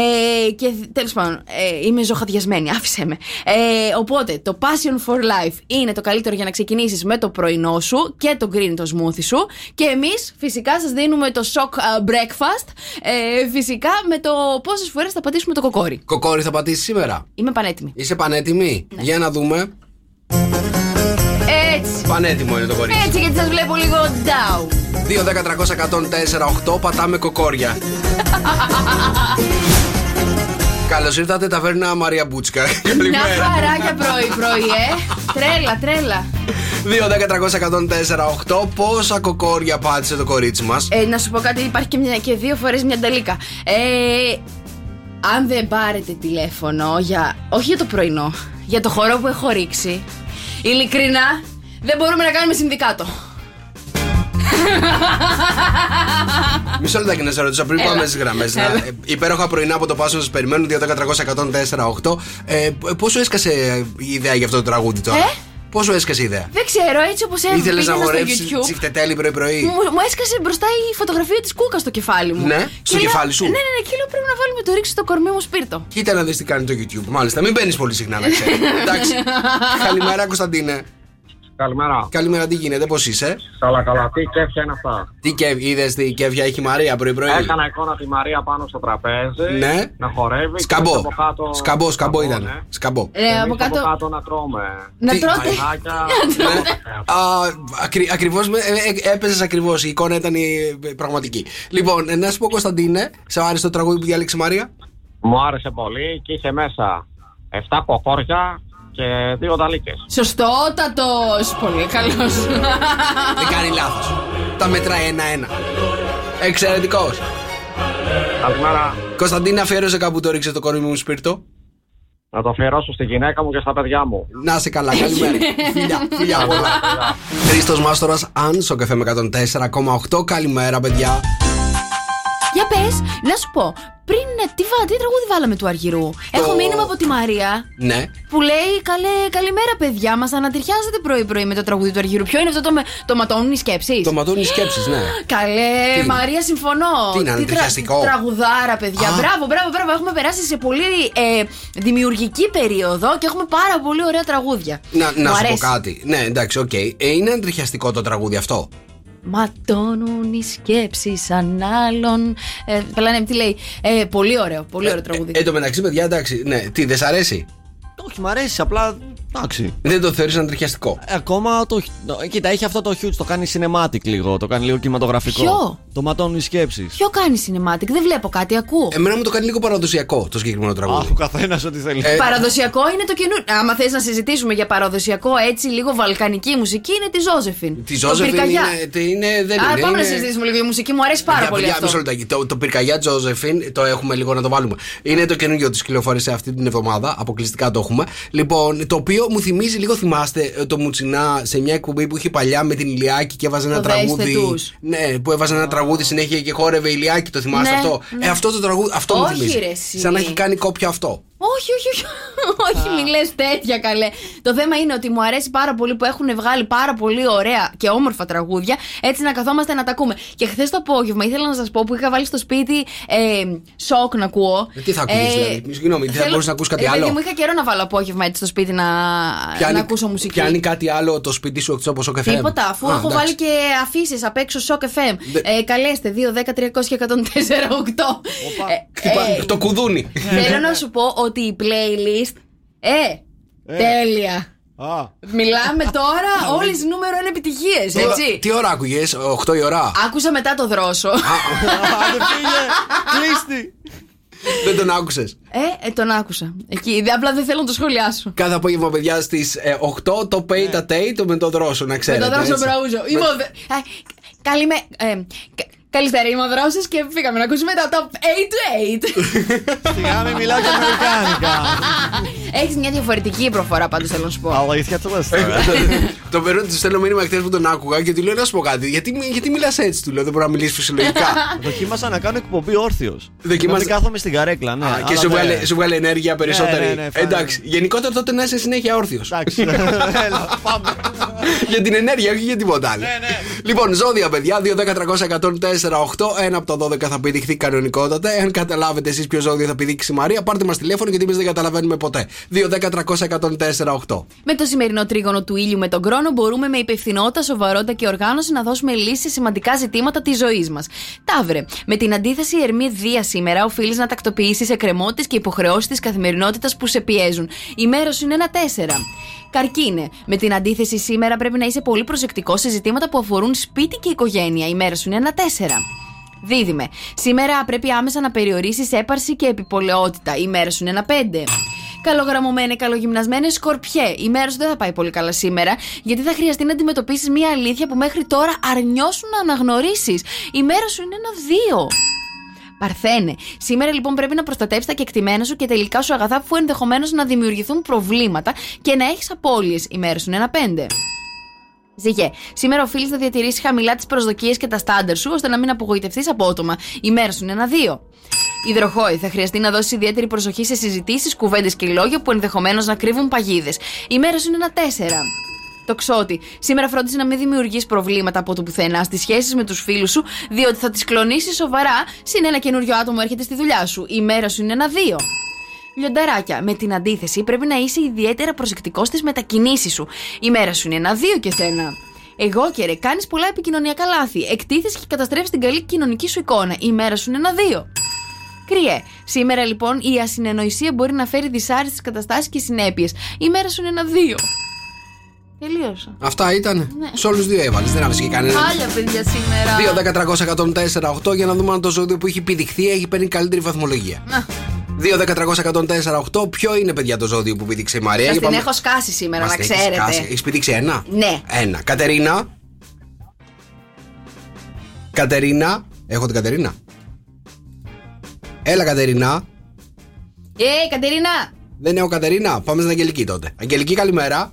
S5: Ε, και τέλος πάντων, ε, είμαι ζωχαδιασμένη, άφησε με. Ε, οπότε το Passion for Life είναι το καλύτερο για να ξεκινήσεις με το πρωινό σου και το green το smoothie σου. Και εμείς φυσικά σας δίνουμε το shock uh, breakfast. Ε, φυσικά με το πόσες φορές θα πατήσουμε το κοκόρι.
S4: Κοκόρι θα πατήσεις σήμερα.
S5: Είμαι πανέτοιμη.
S4: Είσαι πανέτοιμη.
S5: Ναι.
S4: Για να δούμε.
S5: Έτσι.
S4: Πανέτοιμο είναι το κορίτσι.
S5: Ναι, Έτσι γιατί σας βλέπω λίγο down.
S4: 2-10-300-104-8 πατάμε κοκόρια. Καλώς ήρθατε, ταβέρνα Μαρία Μπούτσκα.
S5: Μια χαρά για πρωί πρωί ε. τρέλα τρέλα.
S4: 2-10-300-104-8 Πόσα κοκόρια πάτησε το κορίτσι μας.
S5: Ε, να σου πω κάτι υπάρχει και, μια, και δύο φορές μια νταλίκα. Ε, αν δεν πάρετε τηλέφωνο για... Όχι για το πρωινό. Για το χορό που έχω ρίξει. Ειλικρινά δεν μπορούμε να κάνουμε συνδικάτο.
S4: Μισό λεπτό και να σε ρωτήσω πριν
S5: Έλα.
S4: πάμε στις γραμμές.
S5: Έλα.
S4: ε, Υπέροχα πρωινά από το Πάσο σας περιμένουν. 2-10-300-104-8. Ε, π- πόσο έσκασε η ιδέα για αυτό το τραγούδι τώρα.
S5: Ε?
S4: Πώς σου έσκασε η ιδέα.
S5: Δεν ξέρω, έτσι όπως έγινε.
S4: Ήθελε να
S5: πήγαινα στο
S4: αγορεύσει
S5: YouTube.
S4: τσιχτετέλη πρωί-πρωί.
S5: Μου, μου έσκασε μπροστά η φωτογραφία της κούκας στο κεφάλι μου.
S4: Ναι,
S5: Και
S4: στο
S5: λέω-
S4: κεφάλι σου.
S5: Ναι, ναι, ναι, και λέω πρέπει να βάλουμε το ρίξι στο κορμί μου σπίρτο.
S4: Κοίτα να δεις τι κάνει το YouTube. Μάλιστα, μην μπαίνεις πολύ συχνά να ξέρει. Εντάξει. Καλημέρα, Κωνσταντίνε.
S2: Καλημέρα.
S4: Καλημέρα, τι γίνεται, πώς είσαι.
S2: Καλά, καλά. Τι κέφια είναι αυτά.
S4: Τι και είδες, τι κέβια έχει η Μαρία πρωί-πρωί.
S2: Έκανα εικόνα τη Μαρία πάνω στο τραπέζι.
S4: Ναι.
S2: Να χορεύει. και
S4: Σκαμπό.
S2: εμείς από κάτω-
S4: Σκαμπό, σκαμπό
S2: ναι.
S4: ήταν. Σκαμπό.
S5: Ε,
S2: Εμείς
S5: από κάτω.
S2: από κάτω να τρώμε.
S5: Να
S4: Τι-
S5: τρώτε.
S2: Άκια.
S4: Ακριβώ έπαιζες ακριβώς. ε, Η εικόνα ήταν η ε, πραγματική. Λοιπόν, ε, να σου πω, Κωνσταντίνε, σε άρεσε το τραγούδι που διάλεξε η Μαρία.
S2: Μου άρεσε πολύ και είχε μέσα 7 κοκόρια και δύο ταλίκες.
S5: Σωστότατο! Πολύ καλός.
S4: Δεν κάνει λάθος. Τα μετράει ένα-ένα. Εξαιρετικός.
S2: Καλημέρα.
S4: Κωνσταντίνε, αφιέρωσε κάπου το ρίξε το κορμί μου σπίρτο.
S2: Να το αφιερώσω στη γυναίκα μου και στα παιδιά μου.
S4: Να σε καλά, καλημέρα. φιλιά, φιλιά πολλά. Χρήστος Μάστορας, αν στο καφέ με 104,8. Καλημέρα, παιδιά.
S5: Για πες, να σου πω, πριν ε, τι, βα- τι τραγούδι βάλαμε του Αργυρού. Έχω μήνυμα από τη Μαρία
S4: Ναι.
S5: που λέει καλέ, Καλημέρα, παιδιά. Μας ανατριχιάζετε πρωί-πρωί με το τραγούδι του Αργυρού. Ποιο είναι αυτό το με το ματώνουν οι σκέψεις.
S4: Το ματώνει σκέψεις, ναι.
S5: Καλέ,
S4: είναι?
S5: Μαρία, συμφωνώ.
S4: Τι είναι, ανατριχιαστικό?
S5: τραγουδάρα, παιδιά.
S4: Α.
S5: Μπράβο, μπράβο, μπράβο. Έχουμε περάσει σε πολύ ε, δημιουργική περίοδο και έχουμε πάρα πολύ ωραία τραγούδια.
S4: Να,
S5: Μου
S4: να σου πω
S5: αρέσει.
S4: κάτι. Ναι, εντάξει, οκ. Ε, είναι αντριχιαστικό το τραγούδι αυτό.
S5: Ματώνουν οι σκέψεις ανάλων. Ε, Πελάνε, τι λέει. Ε, πολύ ωραίο, πολύ ωραίο τραγούδι.
S4: Ε, εν τω μεταξύ, παιδιά, εντάξει. Ναι, τι, δεν σ' αρέσει.
S12: Όχι, μ' αρέσει, απλά. Εντάξει.
S4: Δεν το θεωρείς αντριχιαστικό.
S12: Ε, ακόμα το. νο- Κοίτα, έχει αυτό το huge, το κάνει cinematic λίγο, το κάνει λίγο κινηματογραφικό.
S5: Ποιο?
S12: Το ματώνουν οι σκέψεις.
S5: Ποιο κάνει cinematic, δεν βλέπω κάτι, ακούω.
S4: Εμένα μου το κάνει λίγο παραδοσιακό το συγκεκριμένο τραγούδι.
S12: Αχ, ο καθένας ό,τι θέλει.
S4: Ε,
S5: Παραδοσιακό είναι το καινούριο. Άμα θες να συζητήσουμε για παραδοσιακό, έτσι λίγο βαλκανική μουσική, είναι τη Ζώζεφιν.
S4: Τη
S5: Το
S4: Ζώζεφιν
S5: Πυρκαγιά.
S4: είναι, τι είναι, δεν
S5: Άρα
S4: είναι.
S5: πάμε να
S4: είναι-
S5: συζητήσουμε λίγο. Η μουσική μου αρέσει πάρα
S4: Για-
S5: πολύ
S4: για-
S5: αυτό.
S4: μισό λεπτάκι. Το, το πυρκαγιά Τζόζεφιν το έχουμε λίγο να το βάλουμε. Είναι το καινούργιο της κυκλοφόρησε αυτή την εβδομάδα. Αποκλειστικά το έχουμε. Λοιπόν, το οποίο μου θυμίζει λίγο, θυμάστε ε, το Μουτσινά σε μια εκπομπή που είχε παλιά με την Ηλιάκη και έβαζε ένα
S5: Το δέστε
S4: τραγούδι.
S5: τους.
S4: Ναι, που έβαζε ένα τραγούδι συνέχεια και χόρευε η Ηλιάκη. Το θυμάστε
S5: Ναι,
S4: αυτό.
S5: ναι.
S4: Ε, αυτό το τραγούδι. Αυτό μου
S5: Όχι,
S4: θυμίζει.
S5: ρε, εσύ.
S4: Σαν να έχει κάνει κόπια αυτό.
S5: Όχι, όχι, όχι. όχι, μην λες τέτοια καλέ. Το θέμα είναι ότι μου αρέσει πάρα πολύ που έχουν βγάλει πάρα πολύ ωραία και όμορφα τραγούδια. Έτσι να καθόμαστε να τα ακούμε. Και χθες το απόγευμα ήθελα να σας πω που είχα βάλει στο σπίτι ε, σοκ να ακούω.
S4: Ε, τι θα ακούγες, δηλαδή, συγγνώμη, δεν θα μπορούσες να ακούς κάτι
S5: Ε,
S4: άλλο?
S5: Δηλαδή, μου είχα καιρό να βάλω απόγευμα έτσι στο σπίτι να, να ακούσω μουσική.
S4: Πιάνει κάτι άλλο το σπίτι σου εκτός από ο καφέ.
S5: Τίποτα, αφού έχω βάλει και αφήσεις απ' έξω σοκ FM.
S4: Δε-
S5: Ε, καλέστε 2, 10, 300 και 104, 8. Ε,
S4: Το κουδούνι.
S5: Θέλω να σου πω ότι η playlist. Ε, τέλεια.
S12: Α,
S5: Μιλάμε τώρα όλες νούμερο είναι επιτυχίες,
S4: Τι ώρα-
S5: έτσι.
S4: Ε, ναι. Τι ώρα άκουγες, 8 η ώρα.
S5: Άκουσα μετά το δρόσο.
S12: δεν πήγε! Κλείστη!
S4: Δεν τον άκουσες.
S5: Ε, ε, τον άκουσα. Εκεί, δε- απλά δεν θέλω να το σχολιάσω.
S4: Κάθε απόγευμα, παιδιά, στις 8 το pay τα tay το με το δρόσο, να
S5: Ναι. Με
S4: ξέρετε.
S5: το δρόσο
S4: έτσι.
S5: μπραούζο. Είμαι ο Δε- Α, Καλημέ. ε, κα- Καλησπέρα, είμαι ο Δρόσος και φύγαμε να ακούσουμε τα top 8 to 8.
S12: Σιγά με μιλάω και αμερικάνικα.
S5: Έχεις μια διαφορετική προφορά πάντως, θέλω να σου πω.
S12: Αλήθεια το λες τώρα.
S4: Ε, το παίρνω, του στέλνω μήνυμα χθες που τον άκουγα και του λέω να σου πω κάτι. Γιατί, γιατί μιλάς έτσι, του λέω. Δεν μπορώ να μιλήσει φυσιολογικά.
S12: Δοκίμασα να κάνω εκπομπή όρθιος.
S4: Δοκίμασα-
S12: Δεν κάθομαι στην καρέκλα, ναι.
S4: Α,
S12: αλλά
S4: και σου
S12: δεν-
S4: βγάλε, σου βγάλε ενέργεια περισσότερη.
S12: Ναι, ναι, ναι, φάνηκε. Ναι,
S4: Εντάξει. Γενικότερα τότε να είσαι συνέχεια όρθιος.
S12: Εντάξει. Έλα, πάμε.
S4: για την ενέργεια, όχι για τίποτα άλλο. Λοιπόν, ζώδια, παιδιά. 2, 10, 300, 104, 8. Ένα από τα 12 θα πηδηχθεί κανονικότατα. Εάν καταλάβετε εσείς ποιο ζώδιο θα πηδήξει η Μαρία, πάρτε μας τηλέφωνο γιατί εμείς δεν καταλαβαίνουμε ποτέ. 2, 10, 300, 104, 8.
S5: Με το σημερινό τρίγωνο του ήλιου με τον κρόνο, μπορούμε με υπευθυνότητα, σοβαρότητα και οργάνωση να δώσουμε λύσει σε σημαντικά ζητήματα της ζωής μας. Ταύρε, με την αντίθεση Ερμή Δία σήμερα, οφείλει να τακτοποιήσει εκκρεμότητες και υποχρεώσεις της καθημερινότητας που σε πιέζουν. Η μέρος είναι ένα 4. Καρκίνε. Με την αντίθεση σήμερα πρέπει να είσαι πολύ προσεκτικός σε ζητήματα που αφορούν σπίτι και οικογένεια. Η μέρο είναι ένα 4. Δίδυμε. Σήμερα πρέπει άμεσα να περιορίσεις έπαρση και επιπολαιότητα. Η μέρα σου είναι ένα 5. Καλογραμμωμένε, καλογυμνασμένε, σκορπιέ. Η μέρα σου δεν θα πάει πολύ καλά σήμερα, γιατί θα χρειαστεί να αντιμετωπίσεις μια αλήθεια που μέχρι τώρα αρνιώσουν να αναγνωρίσεις. Η μέρα σου είναι ένα 2. Παρθένε. Σήμερα λοιπόν πρέπει να προστατεύσει τα κεκτημένα σου και τα υλικά σου αγαθά που ενδεχομένως να δημιουργηθούν προβλήματα και να έχεις απώλειες. Η μέρα σου είναι ένα 5. Ζυγέ, σήμερα οφείλεις να διατηρήσεις χαμηλά τις προσδοκίες και τα στάνταρ σου, ώστε να μην απογοητευτείς απότομα. Η μέρα σου είναι ένα δύο. Υδροχόη, θα χρειαστεί να δώσεις ιδιαίτερη προσοχή σε συζητήσεις, κουβέντες και λόγια που ενδεχομένως να κρύβουν παγίδες. Η μέρα σου είναι ένα τέσσερα. το ξότι. Σήμερα φρόντισε να μην δημιουργείς προβλήματα από το πουθενά στις σχέσεις με τους φίλους σου, διότι θα τις κλονίσεις σοβαρά. Συν ένα καινούριο άτομο έρχεται στη δουλειά σου. Η μέρα σου είναι ένα-δύο. Λιονταράκια, με την αντίθεση πρέπει να είσαι ιδιαίτερα προσεκτικός στις μετακινήσεις σου. Η μέρα σου είναι ένα-δύο και σένα. Εγώ και ρε, κάνεις πολλά επικοινωνιακά λάθη. Εκτίθεσαι και καταστρέφεις την καλή κοινωνική σου εικόνα. Η μέρα σου είναι ένα-δύο. Κρυέ. Σήμερα λοιπόν η ασυνεννοησία μπορεί να φέρει δυσάρεστες καταστάσεις και συνέπειες. Η μέρα σου είναι ένα-δύο. Τελείωσα.
S4: Αυτά ήταν. Σε όλους δύο έβαλες. Δεν άφησε και κανένας.
S5: Ναι. Άλλα παιδιά σήμερα.
S4: 2-10-300-104-8 για να δούμε αν το ζώδιο που έχει πηδηχθεί έχει παίρνει καλύτερη βαθμολογία. 2-10-300-104-8 ποιο είναι παιδιά το ζώδιο που πήδηξε η Μαρία. Λοιπόν,
S5: Σας την
S4: Για
S5: έχω
S4: πάμε-
S5: σκάσει σήμερα,
S4: Μας
S5: να
S4: την έχεις σκάσει.
S5: ξέρετε.
S4: Έχεις πηδήξει ένα.
S5: Ναι.
S4: Ένα. Κατερίνα. Κατερίνα. Έχω την Κατερίνα. Έλα Κατερίνα.
S5: Ε, Κατερίνα!
S4: Δεν έχω Κατερίνα. Πάμε στην Αγγελική τότε. Αγγελική καλημέρα.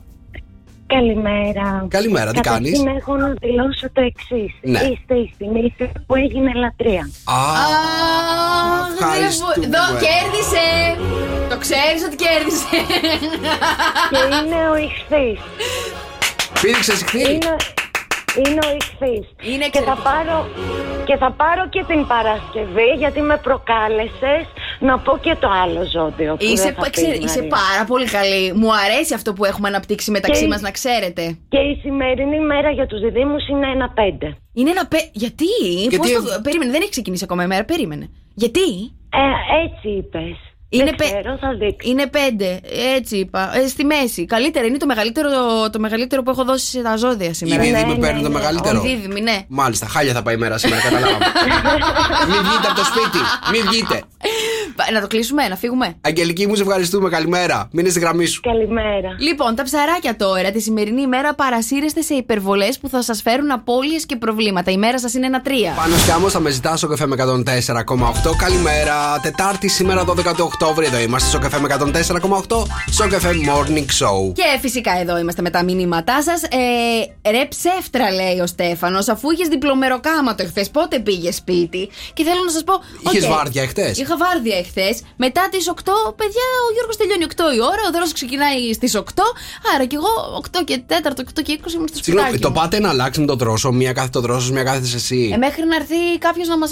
S8: Καλημέρα.
S4: Καλημέρα, τι
S8: Καταρχήν
S4: κάνεις?
S8: έχω να δηλώσω το εξής.
S4: Ναι.
S8: Είστε η θυμήθεια που έγινε λατρεία.
S4: Α,
S5: Αχ, δεν
S4: ευχαριστούμε.
S5: μπορώ- Δω, κέρδισε! Το ξέρεις ότι κέρδισε!
S8: και είναι ο ηχθής.
S4: πήδηξε ηχθή.
S8: Είναι, είναι ο ηχθής. και, θα πάρω, και θα πάρω και την Παρασκευή γιατί με προκάλεσες να πω και το άλλο ζώδιο. Που
S5: Είσαι,
S8: δεν θα
S5: πα-
S8: πει η
S5: ξέρε-
S8: Μαρία.
S5: είσαι πάρα πολύ καλή. Μου αρέσει αυτό που έχουμε αναπτύξει μεταξύ
S8: Και-
S5: μας, να ξέρετε.
S8: Και η σημερινή μέρα για τους διδήμους είναι ένα πέντε.
S5: Είναι ένα πε... Γιατί?
S8: Γιατί-
S5: Πώς το... Περίμενε, δεν έχει ξεκινήσει ακόμα η μέρα, περίμενε. Γιατί?
S8: Ε, έτσι είπες.
S5: Είναι, πε- είναι πέντε, έτσι είπα. Ε, στη μέση. Καλύτερα, είναι το μεγαλύτερο, το μεγαλύτερο που έχω δώσει σε τα ζώδια σήμερα.
S4: Οι δίδυμοι παίρνουν το μεγαλύτερο.
S5: Ο δίδυμοι, ναι.
S4: Μάλιστα, χάλια θα πάει η μέρα σήμερα, καταλάβαμε. Μην βγείτε από το σπίτι. Μην βγείτε.
S5: Πα- Να το κλείσουμε, να φύγουμε.
S4: Αγγελική μου, σε ευχαριστούμε. Καλημέρα. Μείνε στη γραμμή σου.
S8: Καλημέρα.
S5: Λοιπόν, τα ψαράκια τώρα. Τη σημερινή ημέρα παρασύρεστε σε υπερβολές που θα σας φέρουν απώλειες και προβλήματα. Η μέρα σας είναι ένα τρία.
S4: Πάνω και άμμο θα με ζητάς στο καφέ με 104,8. Καλημέρα. Τετάρτη σήμερα 12 του Οκτώβρη. Εδώ είμαστε στο καφέ με 104,8. Στο καφέ Morning Show.
S5: Και φυσικά εδώ είμαστε με τα μηνύματά σας. Ε, ρε ψεύτρα, λέει ο Στέφανος, αφού είχες διπλωμεροκάματο εχθές, πότε πήγες σπίτι. Και θέλω να σας πω.
S4: Είχες
S5: οκ,
S4: βάρδια εχθές.
S5: Είχα βάρδια εχθές. Μετά τις 8, παιδιά, ο Γιώργος τελειώνει 8 η ώρα, ο δρόμος ξεκινάει στις 8. Άρα και εγώ 8 και 4, 8 και 20 ήμουν στο
S4: Συγγνώμη,
S5: σπιτάκι.
S4: το
S5: μου.
S4: πάτε να αλλάξει με τον τρόσο. Μία κάθε το τρόσο, μία κάθε εσύ.
S5: Ε, μέχρι να έρθει κάποιος να μας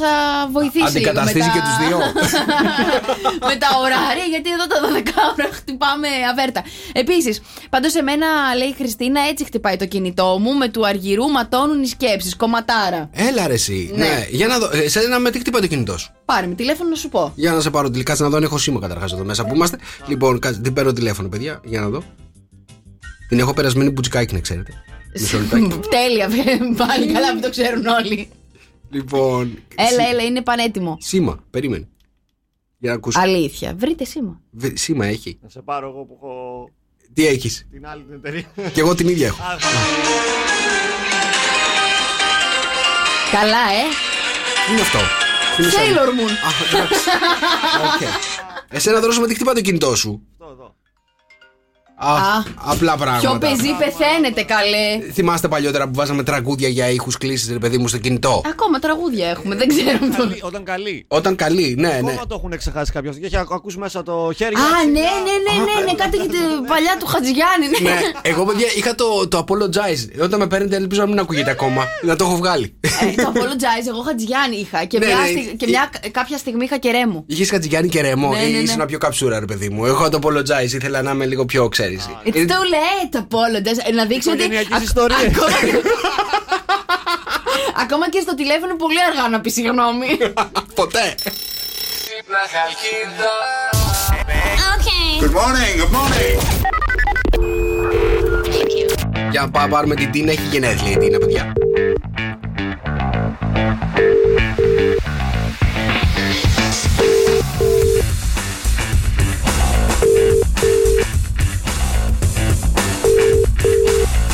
S5: βοηθήσει. λίγο
S4: Αντικαταστήσει
S5: με
S4: και
S5: τα-
S4: τους δύο.
S5: με τα ωράρια, γιατί εδώ τα 12 ώρα χτυπάμε αβέρτα. Επίσης, πάντως εμένα λέει η Χριστίνα, έτσι χτυπάει το κινητό μου. Με του αργυρού ματώνουν οι σκέψεις. Κομματάρα.
S4: Έλα ρε εσύ.
S5: Ναι.
S4: Ναι. Για να δω. Ε, Εσένα με τι χτυπάει το κινητό σου.
S5: Πάρε με τηλέφωνο να σου πω.
S4: Για να σε πάρω τηλέφωνο. Κάτσε να δω αν έχω σήμα καταρχάς εδώ μέσα που είμαστε. Λοιπόν, κάτσε, την παίρνω τηλέφωνο, παιδιά. Για να δω. Την έχω περασμένη μπουτζικάκι, να ξέρετε. Μισό λεπτάκι.
S5: Τέλεια, πάλι καλά που το ξέρουν όλοι.
S4: λοιπόν.
S5: Έλα, έλα, είναι πανέτοιμο.
S4: Σήμα, περίμενε. Για να ακούσω.
S5: Αλήθεια. Βρείτε σήμα.
S4: Βε- Σήμα έχει.
S7: Να σε πάρω εγώ που έχω
S4: Τι έχεις.
S7: την άλλη την εταιρεία.
S4: Κι εγώ την ίδια έχω.
S5: Καλά, ε.
S4: Τι είναι αυτό. Τι είναι σαν-
S5: Sailor Moon.
S4: Οκ. Εσένα δρόσο με τι χτυπά το κινητό σου.
S5: Α.
S4: Α, απλά
S5: Πιο
S4: πράγματα.
S5: πεζή πεθαίνεται, καλέ.
S4: Θυμάστε παλιότερα που βάζαμε τραγούδια για ήχους κλήσει, ρε παιδί μου, στο κινητό.
S5: Ακόμα τραγούδια έχουμε, δεν ξέρω.
S12: Καλή, Όταν καλή.
S4: Όταν καλή, ναι, ναι.
S12: Ακόμα το έχουν ξεχάσει κάποιος. Και έχει ακούσει μέσα το χέρι.
S5: Α, ναι, ναι, ναι, ναι, ναι, κάτι για την παλιά του Χατζηγιάννη. ναι.
S4: ναι, εγώ παιδιά είχα το, το apologize. Όταν με παίρνετε, ελπίζω να μην ακούγεται ακόμα. Να το έχω βγάλει.
S5: Ε, Το apologize, εγώ Χατζηγιάννη είχα και,
S4: Ναι,
S5: μια,
S4: ναι,
S5: στι- και
S4: ε-
S5: μια, κάποια στιγμή είχα κερέμου.
S4: Είχε κατσιγιάννη και ρεμό,
S5: Ναι, ναι, ναι.
S4: ήσουν πιο καψούρα, ρε παιδί μου. Εγώ το apologize, ήθελα να είμαι λίγο πιο, ξέρει.
S5: It's too late, apologize. Ε, Να δείξει ότι. ακ- Ακόμα, και... ακόμα και στο τηλέφωνο είναι πολύ αργά να πει συγγνώμη.
S4: Ποτέ.
S3: Okay.
S4: good morning. Για να πάμε πάρουμε την Τίνα, έχει γενέθλια η Τίνα, παιδιά.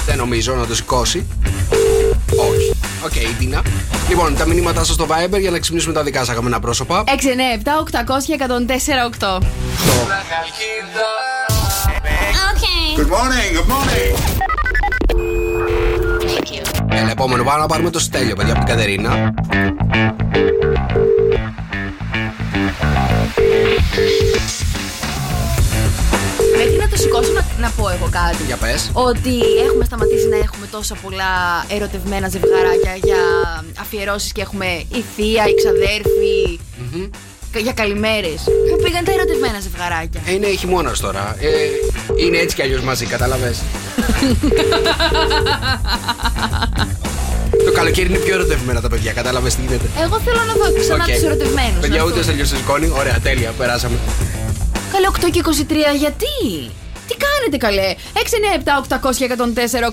S4: Δεν νομίζω να το σηκώσει. Όχι. Οκ, η Τίνα. Λοιπόν, τα μηνύματά σας στο Viber για να ξυπνήσουμε τα δικά σας αγαπημένα πρόσωπα.
S5: 6, 9, 7, 800, 104, 8.
S4: Good morning, good morning. Έλα, επόμενο πάμε να πάρουμε το στέλιο, παιδιά, από την Κατερίνα.
S5: Μέχρι να το σηκώσω να, να πω εγώ κάτι.
S4: Για πες.
S5: Ότι έχουμε σταματήσει να έχουμε τόσα πολλά ερωτευμένα ζευγαράκια για αφιερώσεις και έχουμε η θεία, η ξαδέρφη. κα- Για καλημέρες. Πού πήγαν τα ερωτευμένα ζευγαράκια.
S4: Ε, είναι χειμώνας τώρα. Ε, είναι έτσι κι αλλιώς μαζί, κατάλαβες. Το καλοκαίρι είναι πιο ερωτευμένα τα παιδιά, κατάλαβες τι γίνεται.
S5: Εγώ θέλω να δω ξανά
S4: Οκ.
S5: του ερωτευμένους.
S4: Παιδιά, ούτε τελειώσει σκόνη. Ωραία, τέλεια, περάσαμε.
S5: Καλέ 8 και 23, γιατί? Τι κάνετε καλέ!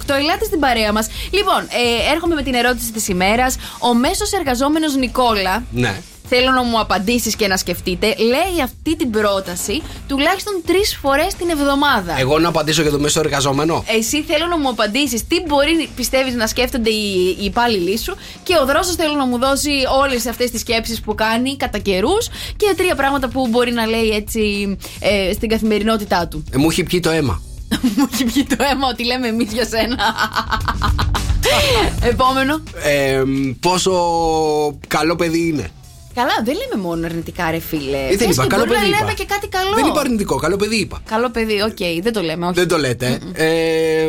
S5: 697-800-1048, ελάτε στην παρέα μας. Λοιπόν, ε, έρχομαι με την ερώτηση της ημέρας. Ο μέσος εργαζόμενος Νικόλα,
S4: Ναι.
S5: θέλω να μου απαντήσεις και να σκεφτείτε, λέει αυτή την πρόταση τουλάχιστον τρεις φορές την εβδομάδα.
S4: Εγώ να απαντήσω για το μέσο εργαζόμενο.
S5: Εσύ θέλω να μου απαντήσεις τι μπορεί πιστεύεις να σκέφτονται οι, οι υπάλληλοι σου και ο Δρόσος θέλω να μου δώσει όλες αυτές τις σκέψεις που κάνει κατά καιρούς και τρία πράγματα που μπορεί να λέει έτσι ε, στην καθημερινότητά του.
S4: Ε, μου έχει πιει το αίμα.
S5: Μου έχει βγει το αίμα ότι λέμε εμείς για σένα. Επόμενο.
S4: Ε, πόσο καλό παιδί είναι.
S5: Καλά, δεν λέμε μόνο αρνητικά, ρε φίλε.
S4: Ε, δεν
S5: Πες
S4: είπα,
S5: και
S4: καλό
S5: μπορεί
S4: παιδί.
S5: να
S4: είπα.
S5: λέμε και κάτι καλό.
S4: Δεν είπα αρνητικό, καλό παιδί είπα.
S5: Καλό παιδί, οκ, δεν το λέμε, όχι.
S4: Δεν το λέτε. Ε, ε,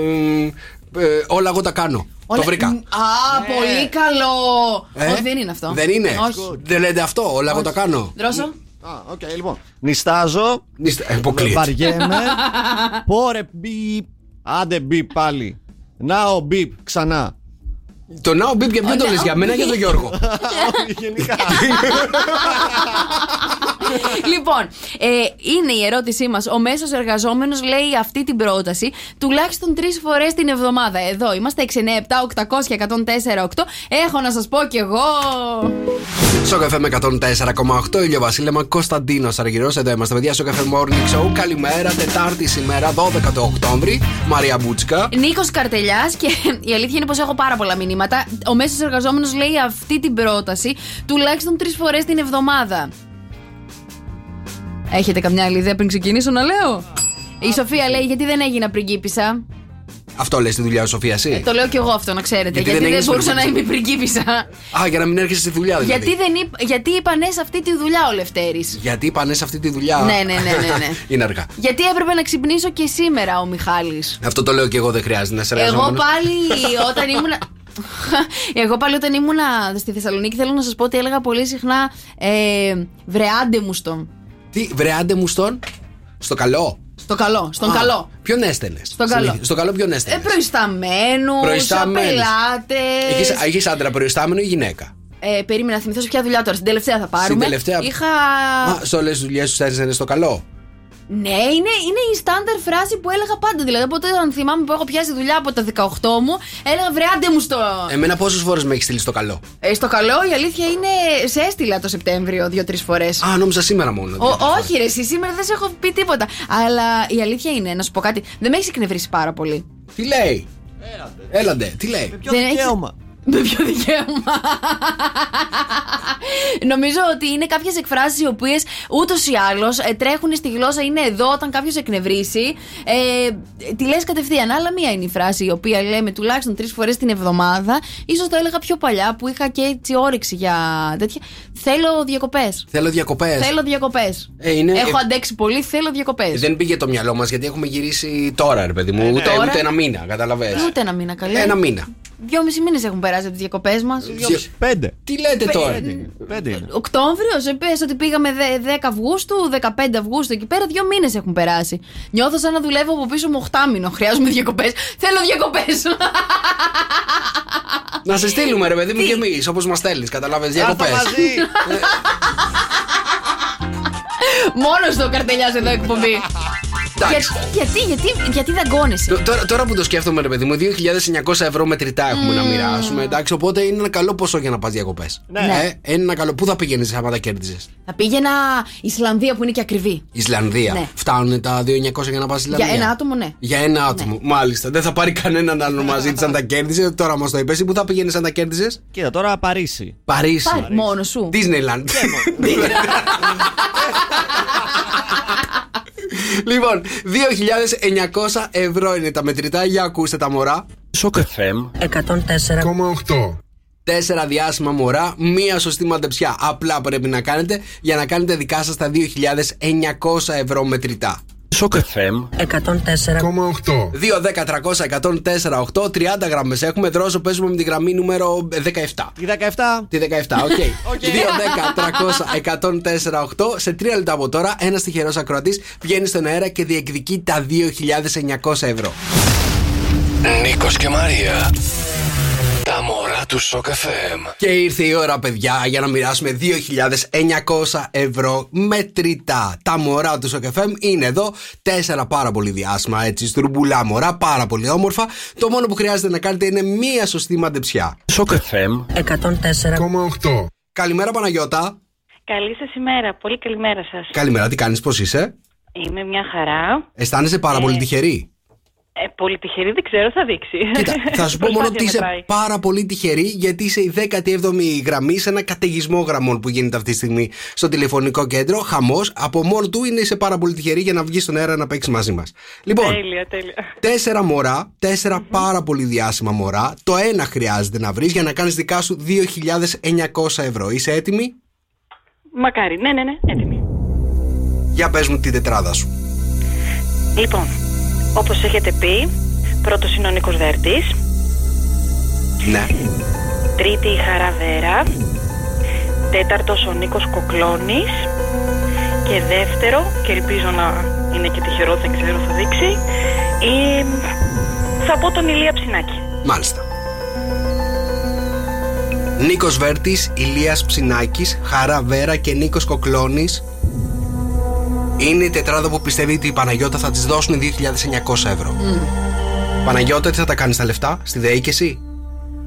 S4: όλα εγώ τα κάνω.
S5: Όλα-
S4: Το βρήκα.
S5: Α, πολύ καλό.
S4: Ε,
S5: Όχι, δεν είναι αυτό.
S4: Δεν είναι.
S5: Όχι.
S4: Δεν λέτε αυτό, όλα εγώ τα κάνω.
S5: Δρόσο.
S7: Α, οκ, λοιπόν.
S12: Νιστάζω.
S4: Νιστε- ε, Υποκλείεται.
S7: Βαριέμαι.
S12: Πόρε μπιπ. Άντε μπιπ πάλι. Να ο μπιπ ξανά.
S4: Το now beep για ποιον το
S5: ναι,
S4: λες, για μένα ή για τον Γιώργο.
S7: Γενικά.
S5: λοιπόν, ε, είναι η ερώτησή μας. Ο μέσος εργαζόμενος λέει αυτή την πρόταση τουλάχιστον τρεις φορές την εβδομάδα. Εδώ είμαστε 6, 9, 7, 800, 104, 8. Έχω να σας πω κι εγώ.
S4: Στο καφέ με 104,8 ήλιο Βασίλεμα Κωνσταντίνος Αργυρός. Εδώ είμαστε, παιδιά, στο καφέ Morning Show. Καλημέρα, Τετάρτη σήμερα, 12 του Οκτώβρη. Μαρία Μπούτσικα.
S5: Νίκος Καρτελιάς και η αλήθεια είναι πως έχω πάρα πολλά μηνύματα. Ο μέσος εργαζόμενος λέει αυτή την πρόταση τουλάχιστον τρεις φορές την εβδομάδα. Έχετε καμιά άλλη ιδέα πριν ξεκινήσω να λέω. Η Σοφία λέει γιατί δεν έγινα πριγκίπισσα.
S4: Αυτό λες τη δουλειά σου, Σοφία, εσύ.
S5: Ε, Το λέω κι εγώ αυτό να ξέρετε.
S4: Γιατί
S5: Γιατί,
S4: δεν
S5: δεν,
S4: έγινες
S5: μπορούσα να είμαι
S4: πριγκίπισσα.
S5: πριγκίπισσα.
S4: Α, για να μην έρχεσαι στη δουλειά, δηλαδή.
S5: Γιατί, δεν είπ- γιατί είπα ναι σε αυτή τη δουλειά ο Λευτέρης.
S4: Γιατί είπα ναι σε αυτή τη δουλειά.
S5: Ναι, ναι, ναι, ναι, ναι.
S4: Είναι αργά.
S5: Γιατί έπρεπε να ξυπνήσω και σήμερα ο Μιχάλης.
S4: Αυτό το λέω και εγώ, δεν χρειάζεται να σε
S5: Εγώ
S4: εργαζόμενος.
S5: πάλι όταν ήμουνα... Εγώ πάλι όταν ήμουνα στη Θεσσαλονίκη θέλω να σας πω ότι έλεγα πολύ συχνά ε, βρεάντε μου στον.
S4: Τι, βρε, άντε μου στον. Στο καλό.
S5: Στο καλό, στον
S4: Α,
S5: καλό.
S4: Ποιον έστελνε.
S5: Στον καλό.
S4: Στο καλό ποιον
S5: Ε,
S4: έστελνε.
S5: προϊσταμένους,
S4: Προϊσταμένους.
S5: απελάτες.
S4: Έχει άντρα προϊστάμενο ή γυναίκα.
S5: Ε, περίμενα να θυμηθώ σε ποια δουλειά τώρα. Στην τελευταία θα πάρουμε.
S4: τελευταία.
S5: Είχα.
S4: Α, σε όλες τις δουλειές σου έστελνε στο καλό.
S5: Ναι, είναι, είναι η στάνταρ φράση που έλεγα πάντα. Δηλαδή, ποτέ αν θυμάμαι που έχω πιάσει δουλειά από τα 18 μου, έλεγα βρε άντε μου στο.
S4: Εμένα πόσες φορές με έχεις στείλει στο καλό.
S5: Ε, στο καλό, η αλήθεια είναι. Σε έστειλα το Σεπτέμβριο δύο-τρει φορές.
S4: Α, νόμιζα σήμερα μόνο. δηλαδή.
S5: Όχι, ρε, εσύ σήμερα δεν σε έχω πει τίποτα. Αλλά η αλήθεια είναι, να σου πω κάτι, δεν με έχεις εκνευρίσει πάρα πολύ.
S4: Τι λέει. Έλαντε. τι λέει.
S12: Ποιο
S5: Δεν έχεις-
S12: δικαίωμα.
S5: Με ποιο δικαίωμα. Νομίζω ότι είναι κάποιες εκφράσεις οι οποίες ούτως ή άλλως τρέχουν στη γλώσσα, είναι εδώ όταν κάποιος εκνευρίσει. Ε, τη λες κατευθείαν. Αλλά μία είναι η φράση η οποία λέμε τουλάχιστον τρεις φορές την εβδομάδα. σω το έλεγα πιο παλιά που είχα και έτσι όρεξη για τέτοια. Θέλω διακοπές.
S4: Θέλω διακοπές.
S5: Θέλω διακοπές.
S4: Ε, είναι-
S5: Έχω
S4: ε,
S5: αντέξει πολύ, θέλω διακοπές.
S4: Δεν πήγε το μυαλό μας γιατί έχουμε γυρίσει τώρα, ρε παιδί μου. ούτε,
S5: Τώρα.
S4: ούτε ένα μήνα, καταλαβέ.
S5: Ούτε ένα μήνα καλέ.
S4: Ε, Ένα μήνα. Ε,
S5: Δυόμιση μήνες έχουν περάσει από τις διακοπές μας.
S4: Ποιος-
S12: Πέντε.
S4: Τι λέτε τώρα.
S12: Πέντε είναι.
S5: Οκτώβριο, πες ότι πήγαμε δε- 10 Αυγούστου, 15 Αυγούστου, εκεί πέρα δύο μήνες έχουν περάσει. Νιώθω σαν να δουλεύω από πίσω μου 8 μήνο. Χρειάζομαι διακοπές. Θέλω διακοπές.
S4: Να σε στείλουμε, ρε παιδί μου, και εμείς όπως μας θέλει. Καταλαβέ διακοπές.
S12: Κάρτα μαζί.
S5: Μόνος στο καρτελιάς εδώ εκπομπή.
S4: Εντάξει.
S5: γιατί, γιατί, γιατί, γιατί δαγκώνεσαι.
S4: Τ- Τώρα, τώρα που το σκέφτομαι, ρε παιδί μου, 2.900 ευρώ μετρητά έχουμε να μοιράσουμε. Εντάξει, οπότε είναι ένα καλό ποσό για να πας διακοπές.
S12: Ναι.
S4: Ε, είναι ένα καλό. Πού θα πηγαίνεις άμα τα κέρδιζες.
S5: Θα πήγαινα Ισλανδία που είναι και ακριβή.
S4: Ισλανδία.
S5: Ναι.
S4: Φτάνουν τα 2.900 για να πας Ισλανδία.
S5: Για ένα άτομο, ναι.
S4: Για ένα άτομο. Μάλιστα. Δεν θα πάρει κανέναν άλλον μαζί της αν τα κέρδιζε. Τώρα μας το είπες. Πού θα πηγαίνεις αν τα κέρδιζες.
S12: Κοίτα τώρα Παρίσι.
S4: Παρίσι.
S5: Πάρε μόνο σου.
S4: Disneyland. Λοιπόν, 2.900 ευρώ είναι τα μετρητά. Για ακούστε τα μωρά.
S11: 104.
S1: 8.
S4: Τέσσερα διάσημα μωρά, μία σωστή μαντεψιά. Απλά πρέπει να κάνετε για να κάνετε δικά σας τα 2.900 ευρώ μετρητά. Σοκ FM
S13: 104,8.
S4: 2-10-300-104-8. 30 γραμμές έχουμε. Δρόσο παίζουμε με τη γραμμή νούμερο 17.
S12: Τη 17.
S4: Τη 17, οκ. 2-10-300-104-8. Σε 3 λεπτά από τώρα, ένας τυχερός ακροατής βγαίνει στον αέρα και διεκδικεί τα 2.900 ευρώ.
S1: Νίκος και Μαρία. Τα μωρά του Σοκ FM.
S4: Και ήρθε η ώρα, παιδιά, για να μοιράσουμε 2.900 ευρώ μετρητά. Τα μωρά του ΣΟΚΕΦΕΜ είναι εδώ. Τέσσερα πάρα πολύ διάσημα, έτσι, στουρμπουλά μωρά, πάρα πολύ όμορφα. Το μόνο που χρειάζεται να κάνετε είναι μία σωστή μαντεψιά. ΣΟΚΕΦΕΜ
S13: 104,8.
S4: Καλημέρα, Παναγιώτα.
S14: Καλή σας ημέρα. Πολύ καλημέρα σας.
S4: Καλημέρα, τι κάνεις, πώς είσαι.
S14: Είμαι μια χαρά.
S4: Αισθάνεσαι πάρα πολύ τυχερή.
S14: Ε, πολύ τυχερή, δεν ξέρω, θα δείξει.
S4: Κοίτα, θα σου πω μόνο ότι
S14: Προσπάθεια
S4: είσαι
S14: μετράει.
S4: πάρα πολύ τυχερή γιατί είσαι η 17η γραμμή σε ένα καταιγισμό γραμμών που γίνεται αυτή τη στιγμή στο τηλεφωνικό κέντρο. Χαμός. Από μόνο του είναι είσαι πάρα πολύ τυχερή για να βγεις στον αέρα να παίξεις μαζί μας. Λοιπόν,
S14: Τέλεια, τέλεια.
S4: τέσσερα μωρά, τέσσερα πάρα πολύ διάσημα μωρά. Το ένα χρειάζεται να βρεις για να κάνεις δικά σου 2.900 ευρώ. Είσαι έτοιμη.
S14: Μακάρι. Ναι, ναι, ναι, έτοιμη.
S4: Για πες μου την τετράδα σου.
S14: Λοιπόν, όπως έχετε πει, πρώτος είναι ο Νίκος Δέρτη.
S4: Ναι.
S14: Τρίτη η Χαρά Βέρα. Τέταρτος ο Νίκος Κοκλώνης. Και δεύτερο, και ελπίζω να είναι και τυχερό, δεν ξέρω, θα δείξει. Ή, θα πω τον Ηλία Ψινάκη.
S4: Μάλιστα. Νίκος Βέρτης, Ηλίας Ψινάκης, Χαρά Βέρα και Νίκος Κοκλώνης. Είναι η τετράδα που πιστεύει ότι η Παναγιώτα θα της δώσουν 2.900 ευρώ. Παναγιώτα, τι θα τα κάνεις τα λεφτά, στη διοίκηση.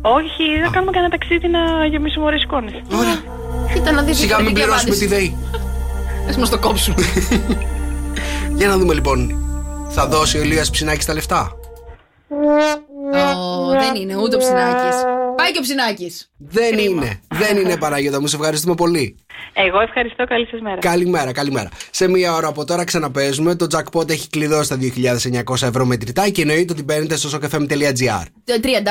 S14: Όχι, θα κάνουμε κανένα ταξίδι να γεμίσουμε ωραίε εικόνε.
S4: Ωραία.
S5: Κοίτα να δεις
S4: Σιγά μην
S5: τι
S4: πληρώσουμε τη
S5: απάντηση.
S4: ΔΕΗ.
S5: Ας μας το κόψουν.
S4: Για να δούμε λοιπόν. Θα δώσει ο Ηλίας Ψινάκης τα λεφτά.
S5: Ω, Δεν είναι ούτε ο ψινάκης. Πάει και ο ψινάκης.
S4: Δεν είναι. Δεν είναι Παναγιώτα μου. Σε ευχαριστούμε πολύ.
S14: Εγώ ευχαριστώ. Καλή σας μέρα.
S4: Καλημέρα, καλημέρα. Σε μία ώρα από τώρα ξαναπέζουμε. Το jackpot έχει κλειδώσει τα 2.900 ευρώ μετρητά και εννοείται ότι μπαίνετε στο sokfm.gr.
S5: www.sokfm.gr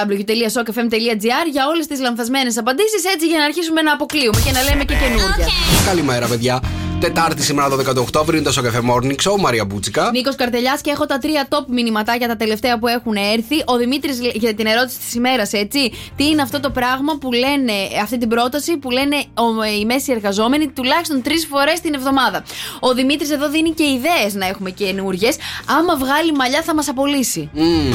S5: για όλες τις λανθασμένες απαντήσεις, έτσι για να αρχίσουμε να αποκλείουμε και να λέμε και καινούργια.
S4: Καλημέρα, παιδιά. Τετάρτη σήμερα 12 Οκτώβρη είναι το Σοκεφέ Morning Show. Μαρία Μπούτσικα.
S5: Νίκος Καρτελιάς και έχω τα τρία top μηνυματάκια τα τελευταία που έχουν έρθει. Ο Δημήτρης για την ερώτηση της ημέρας, έτσι. Τι είναι αυτό το πράγμα που λένε, αυτή την πρόταση που λένε ο- οι μέσοι εργαζόμενοι τουλάχιστον τρεις φορές την εβδομάδα. Ο Δημήτρης εδώ δίνει και ιδέες να έχουμε καινούριε. Άμα βγάλει μαλλιά θα μας απολύσει.
S4: Μμμ,